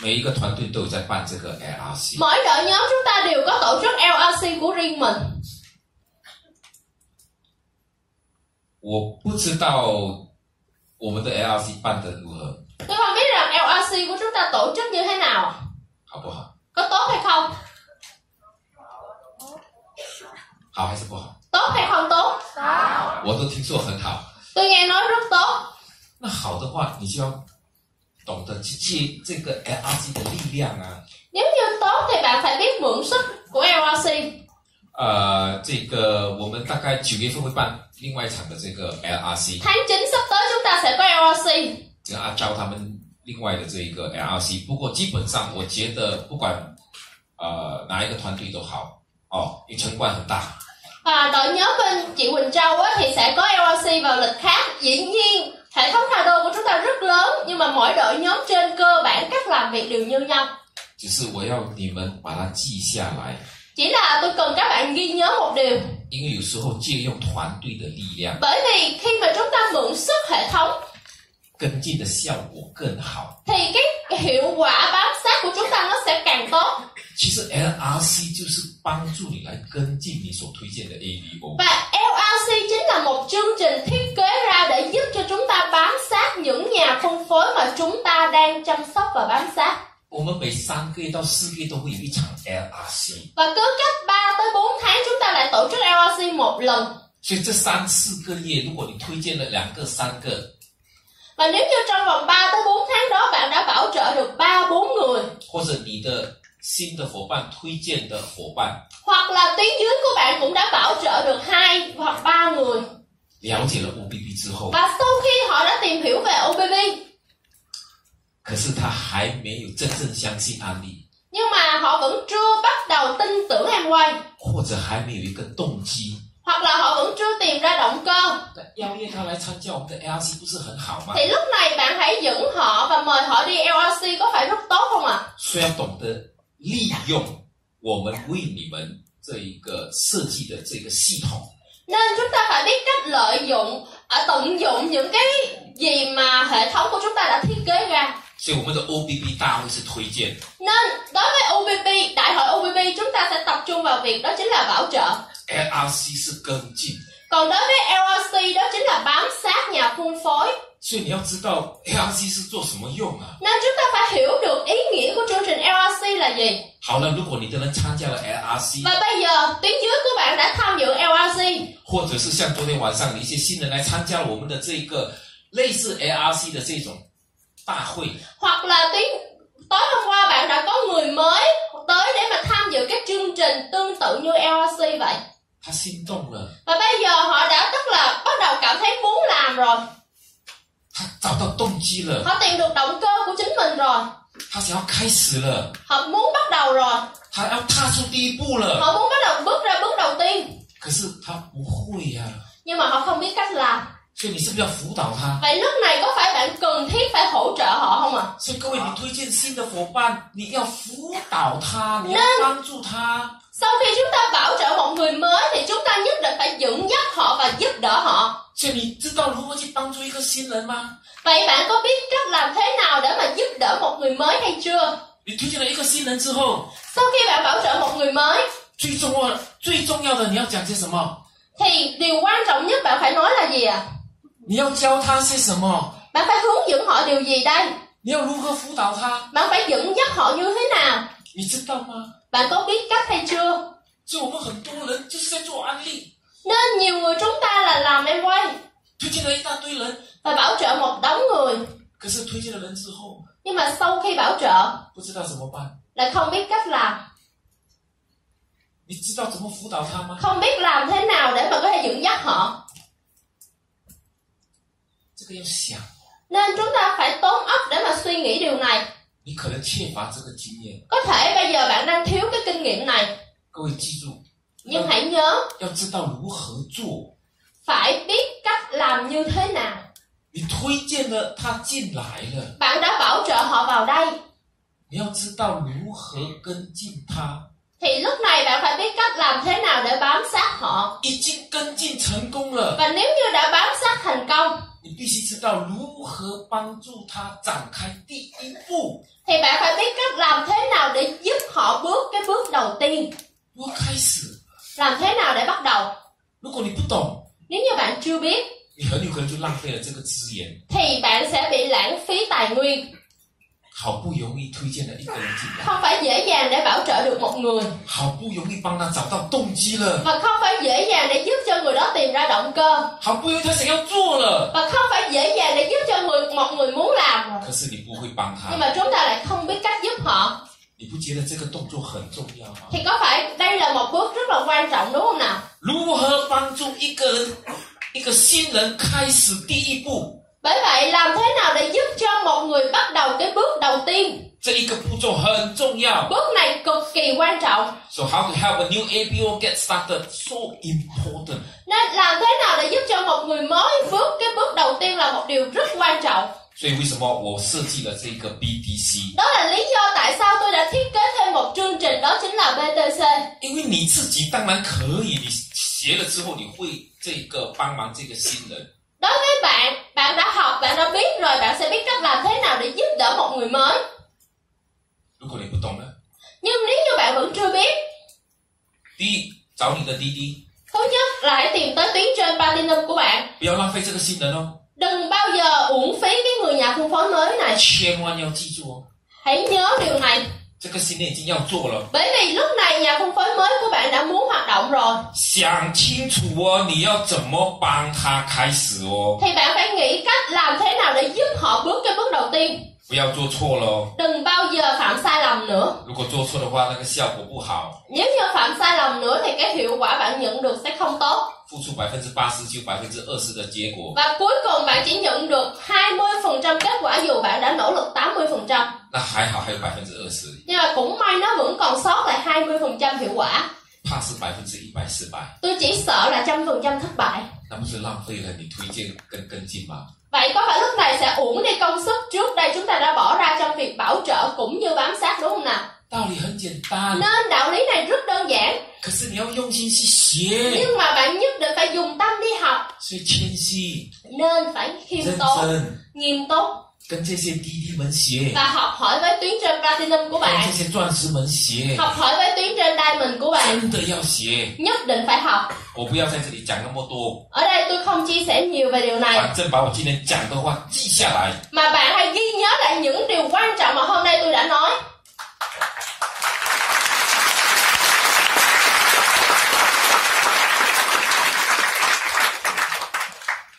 Speaker 1: 每一个团队都有在办这个 LRC，
Speaker 2: Mỗi đội nhóm chúng ta đều có tổ chức LRC của riêng mình.
Speaker 1: 我不知道我们的 LRC 办得如何，
Speaker 2: Tôi không biết rằng LRC của chúng ta tổ chức như thế nào
Speaker 1: 好不好？
Speaker 2: Có tốt hay không
Speaker 1: 好还是不好？
Speaker 2: Tốt hay không tốt
Speaker 1: 我都听说很好。
Speaker 2: Tôi nghe nói rất tốt
Speaker 1: 那好的话，你就要懂得去借这个 LRC 的力量啊，
Speaker 2: Nếu như tốt thì bạn phải biết mượn sức của LRC
Speaker 1: 呃，这个我们大概九月份会办另外一场的这个 LRC，
Speaker 2: Tháng 9 sắp tới chúng ta sẽ có LRC
Speaker 1: 这个阿娇他们另外的这一个 LRC。不过基本上我觉得不管呃哪一个团队都好哦，因为城管很大，
Speaker 2: Và À, đội nhóm bên chị Quỳnh Trâu á, thì sẽ có LRC vào lịch khác Dĩ nhiên hệ thống Hà Đô của chúng ta rất lớn Nhưng mà mỗi đội nhóm trên cơ bản cách làm việc đều như nhau
Speaker 1: 只是我要你们把它记下来，
Speaker 2: Chỉ là tôi cần các bạn ghi nhớ một điều
Speaker 1: 因为有时候借用团队的力量，
Speaker 2: Bởi vì khi mà chúng ta mượn sức hệ thống
Speaker 1: 跟进的效果更好。
Speaker 2: thì cái hiệu quả bám sát của chúng ta nó sẽ càng tốt
Speaker 1: 其实 LRC 就是帮助你来跟进你所推荐的 ADO。
Speaker 2: và LRC chính là một chương trình thiết kế ra để giúp cho chúng ta bám sát những nhà phân phối mà chúng ta đang chăm sóc và bám sát
Speaker 1: 我们每三个月到四个月都会有一场 LRC。
Speaker 2: và cứ cách 3 tới 4 tháng chúng ta lại tổ chức LRC một lần
Speaker 1: 所以这三四个月，如果你推荐了两个、三个，
Speaker 2: và nếu như trong vòng 3 tới 4 tháng đó bạn đã bảo trợ được 3 4 người
Speaker 1: 或者你的新的伙伴推荐的伙伴，
Speaker 2: hoặc là tuyến dưới của bạn cũng đã bảo trợ được hai hoặc ba người
Speaker 1: 了解了 OBB 之后，
Speaker 2: và sau khi họ đã tìm hiểu về OBB
Speaker 1: 可是他还没有真正相信安利，
Speaker 2: Nhưng mà họ vẫn chưa bắt đầu tin tưởng em quay
Speaker 1: 或者还没有一个动机，
Speaker 2: Hoặc là họ vẫn chưa tìm ra động cơ
Speaker 1: 那邀约他来参加我们的 LRC 不是很好吗？
Speaker 2: Thì lúc này bạn hãy dẫn họ và mời họ đi LRC có phải rất tốt không ạ?
Speaker 1: 所以要懂得利用我们为你们这一个设计的这个系统，
Speaker 2: Nên chúng ta phải biết cách lợi dụng à, Tận dụng những cái gì mà hệ thống của chúng ta đã thiết kế ra
Speaker 1: 所以我们的 OBB 大会是推荐，
Speaker 2: Đối với OBB, đại hội OBB chúng ta sẽ tập trung vào việc đó chính là bảo trợ
Speaker 1: ，LRC 是跟进。
Speaker 2: Còn đối với LRC đó chính là bám sát nhà phân phối
Speaker 1: 所以你要知道 LRC 是做什么用啊？
Speaker 2: Nên chúng ta phải hiểu được ý nghĩa của chương trình LRC là gì
Speaker 1: 好了，如果你的人参加了 LRC，
Speaker 2: Và bây giờ tuyến dưới của bạn đã tham dự LRC
Speaker 1: 或者是像昨天晚上的一些新人来参加了我们的这个类似 LRC 的这种大会，
Speaker 2: Hoặc là tuyến tối hôm qua bạn đã có người mới tới để mà tham dự các chương trình tương tự như LRC vậy
Speaker 1: 他心动了，
Speaker 2: Và bây giờ họ đã tức là bắt đầu cảm thấy muốn làm rồi
Speaker 1: 他找到动机了，
Speaker 2: Họ tìm được động cơ của chính mình rồi
Speaker 1: 他想要开始了，
Speaker 2: Họ muốn bắt đầu rồi
Speaker 1: 他要踏出第一步了。
Speaker 2: Họ muốn bắt đầu bước ra bước đầu tiên
Speaker 1: 可是他不会呀、啊
Speaker 2: Nhưng mà họ không biết cách làm
Speaker 1: 所以你是不是要辅导他？
Speaker 2: vậy lúc này có phải bạn cần thiết phải hỗ trợ họ không ạ
Speaker 1: 所以各位，你推荐新的伙伴，你要辅导他，你要帮助他。
Speaker 2: sau khi chúng ta bảo trợ một người mới thì chúng ta nhất định phải dẫn dắt họ và giúp đỡ họ
Speaker 1: 所以你知道如何去帮助一个新人吗？
Speaker 2: vậy bạn có biết cách làm thế nào để mà giúp đỡ một người mới hay chưa
Speaker 1: 你推荐了一个新人之后，
Speaker 2: sau khi bạn bảo trợ một người mới
Speaker 1: 最重要最重要的你要讲些什么？
Speaker 2: thì điều quan trọng nhất bạn phải nói là gì ạ
Speaker 1: 你要教他些什么？
Speaker 2: bạn phải hướng dẫn họ điều gì đây
Speaker 1: 你要如何辅导他？
Speaker 2: bạn phải dẫn dắt họ như thế nào
Speaker 1: 你知道吗？
Speaker 2: bạn có biết cách hay chưa
Speaker 1: 所以我们很多人就是在做安利，
Speaker 2: nên nhiều người chúng ta là làm em quay
Speaker 1: 推荐了一大堆人，
Speaker 2: và bảo trợ một đống người
Speaker 1: 可是推荐了人之后，
Speaker 2: nhưng mà sau khi bảo trợ
Speaker 1: 不知道怎么办。
Speaker 2: lại không biết cách làm
Speaker 1: 你知道怎么辅导他吗？
Speaker 2: không biết làm thế nào để mà có thể dẫn dắt họ
Speaker 1: 这个要想，
Speaker 2: nên chúng ta phải tốn óc để mà suy nghĩ điều này
Speaker 1: 你可能缺乏这个经验。
Speaker 2: có thể bây giờ bạn đang thiếu cái kinh nghiệm này
Speaker 1: 各位记住，Vâng.
Speaker 2: nhưng hãy nhớ
Speaker 1: 要知道如何做。
Speaker 2: phải biết cách làm như thế nào
Speaker 1: 你推荐了他进来了，
Speaker 2: bạn đã bảo trợ họ vào đây
Speaker 1: 你要知道如何跟进他。
Speaker 2: thì lúc này bạn phải biết cách làm thế nào để bám sát họ
Speaker 1: 已经跟进成功了，
Speaker 2: và nếu như đã bám sát thành công
Speaker 1: 你必须知道如何帮助他展开第一步。
Speaker 2: thì bạn phải biết cách làm thế nào để giúp họ bước cái bước đầu tiên
Speaker 1: 如何开始？
Speaker 2: làm thế nào để bắt đầu
Speaker 1: 如果你不懂，
Speaker 2: nếu như bạn chưa biết
Speaker 1: 你很有可能就浪费了这个资源。
Speaker 2: thì bạn sẽ bị lãng phí tài nguyên
Speaker 1: 好不容易推荐了一个人进来，
Speaker 2: không phải dễ dàng để bảo trợ được một người
Speaker 1: 好不容易帮他找到动机了，
Speaker 2: và không phải dễ dàng để giúp cho người đó tìm ra động cơ
Speaker 1: 好不容易他想要做了，
Speaker 2: và không phải dễ dàng để giúp cho người một người muốn làm
Speaker 1: 可是你不会帮他
Speaker 2: nhưng，mà chúng ta lại không biết cách giúp họ
Speaker 1: 你不觉得这个动作很重要吗？
Speaker 2: thì có phải đây là một bước rất là quan trọng đúng không nào
Speaker 1: 如何帮助一个人，一个新人开始第一步？
Speaker 2: bởi vậy làm thế nào để giúp cho một người bắt đầu cái bước đầu tiên
Speaker 1: 这一个步骤很重要。
Speaker 2: bước này cực kỳ quan trọng
Speaker 1: So how to help a new ABO get started so important.
Speaker 2: nên làm thế nào để giúp cho một người mới bước cái bước đầu tiên là một điều rất quan trọng
Speaker 1: 所以为什么我设计了这个 BDC？
Speaker 2: đó là lý do tại sao tôi đã thiết kế thêm một chương trình đó chính là btc
Speaker 1: 因为你自己当然可以，你学了之后你会这个帮忙这个新人。
Speaker 2: Đối với bạn, bạn đã học, bạn đã biết rồi, bạn sẽ biết cách làm thế nào để giúp đỡ một người mới.
Speaker 1: 如果你不懂呢，
Speaker 2: Nhưng nếu như bạn vẫn chưa biết,
Speaker 1: 第一找你的滴滴，
Speaker 2: thứ nhất là hãy tìm tới tuyến trên Platinum của bạn.
Speaker 1: 不要浪费这个新人哦，
Speaker 2: Đừng bao giờ uổng phí cái người nhà phân phối mới này.
Speaker 1: 千万要记住哦，
Speaker 2: Hãy nhớ điều này,
Speaker 1: 这个新人已经要做了，
Speaker 2: bởi vì lúc này nhà phân phối mới của bạn đã muốn hoạt động rồi,
Speaker 1: 想清楚哦，你要怎么帮他开始哦，
Speaker 2: thì bạn phải nghĩ cách làm thế nào để giúp họ bước cái bước đầu tiên.
Speaker 1: 不要做错了哦。
Speaker 2: Đừng bao giờ phạm sai lầm nữa.
Speaker 1: 如果做错的话，那个效果不好，
Speaker 2: Nếu như phạm sai lầm nữa thì cái hiệu quả bạn nhận được sẽ không tốt.
Speaker 1: 付出百分之八十就百分之二十的结果，
Speaker 2: Và cuối cùng bạn chỉ nhận được 20% kết quả dù bạn đã nỗ lực 80%.
Speaker 1: 那还好还有百分之二十，
Speaker 2: Nhưng mà cũng may nó vẫn còn sót lại 20% hiệu quả.
Speaker 1: 怕是百分之一百失败，
Speaker 2: Tôi chỉ sợ là trăm phần trăm thất bại.
Speaker 1: 那不是浪费了你推荐跟跟进吗？
Speaker 2: Vậy có phải lúc này sẽ uổng đi công sức trước đây chúng ta đã bỏ ra trong việc bảo trợ cũng như bám sát đúng không nào?
Speaker 1: 道理很简单，
Speaker 2: Nên đạo lý này rất đơn giản
Speaker 1: 可是你要用心去学，
Speaker 2: nhưng mà bạn nhất định phải dùng tâm đi học
Speaker 1: 所以谦虚、
Speaker 2: nên phải khiêm
Speaker 1: 认
Speaker 2: tốn,
Speaker 1: 真，
Speaker 2: nghiêm túc
Speaker 1: 跟这些滴滴们学，
Speaker 2: và học hỏi với tuyến trên platinum của
Speaker 1: 跟
Speaker 2: bạn,
Speaker 1: 这些钻石们学，
Speaker 2: học hỏi với tuyến trên diamond của bạn.
Speaker 1: 真的要学。
Speaker 2: Nhất định phải học.
Speaker 1: 我不要在这里讲那么多，
Speaker 2: Ở đây tôi không chia sẻ nhiều về điều này
Speaker 1: 反正把我今天讲的话记下来。
Speaker 2: Mà bạn hãy ghi nhớ lại những điều quan trọng mà hôm nay tôi đã nói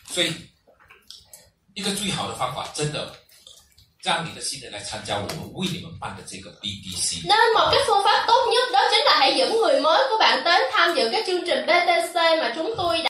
Speaker 1: 所以，一个最好的方法，真的让你的新人来参加我们为你们办的这个 BDC。
Speaker 2: Nên một cái phương pháp tốt nhất đó chính là hãy dẫn người mới của bạn đến tham dự cái chương trình BTC mà chúng tôi đã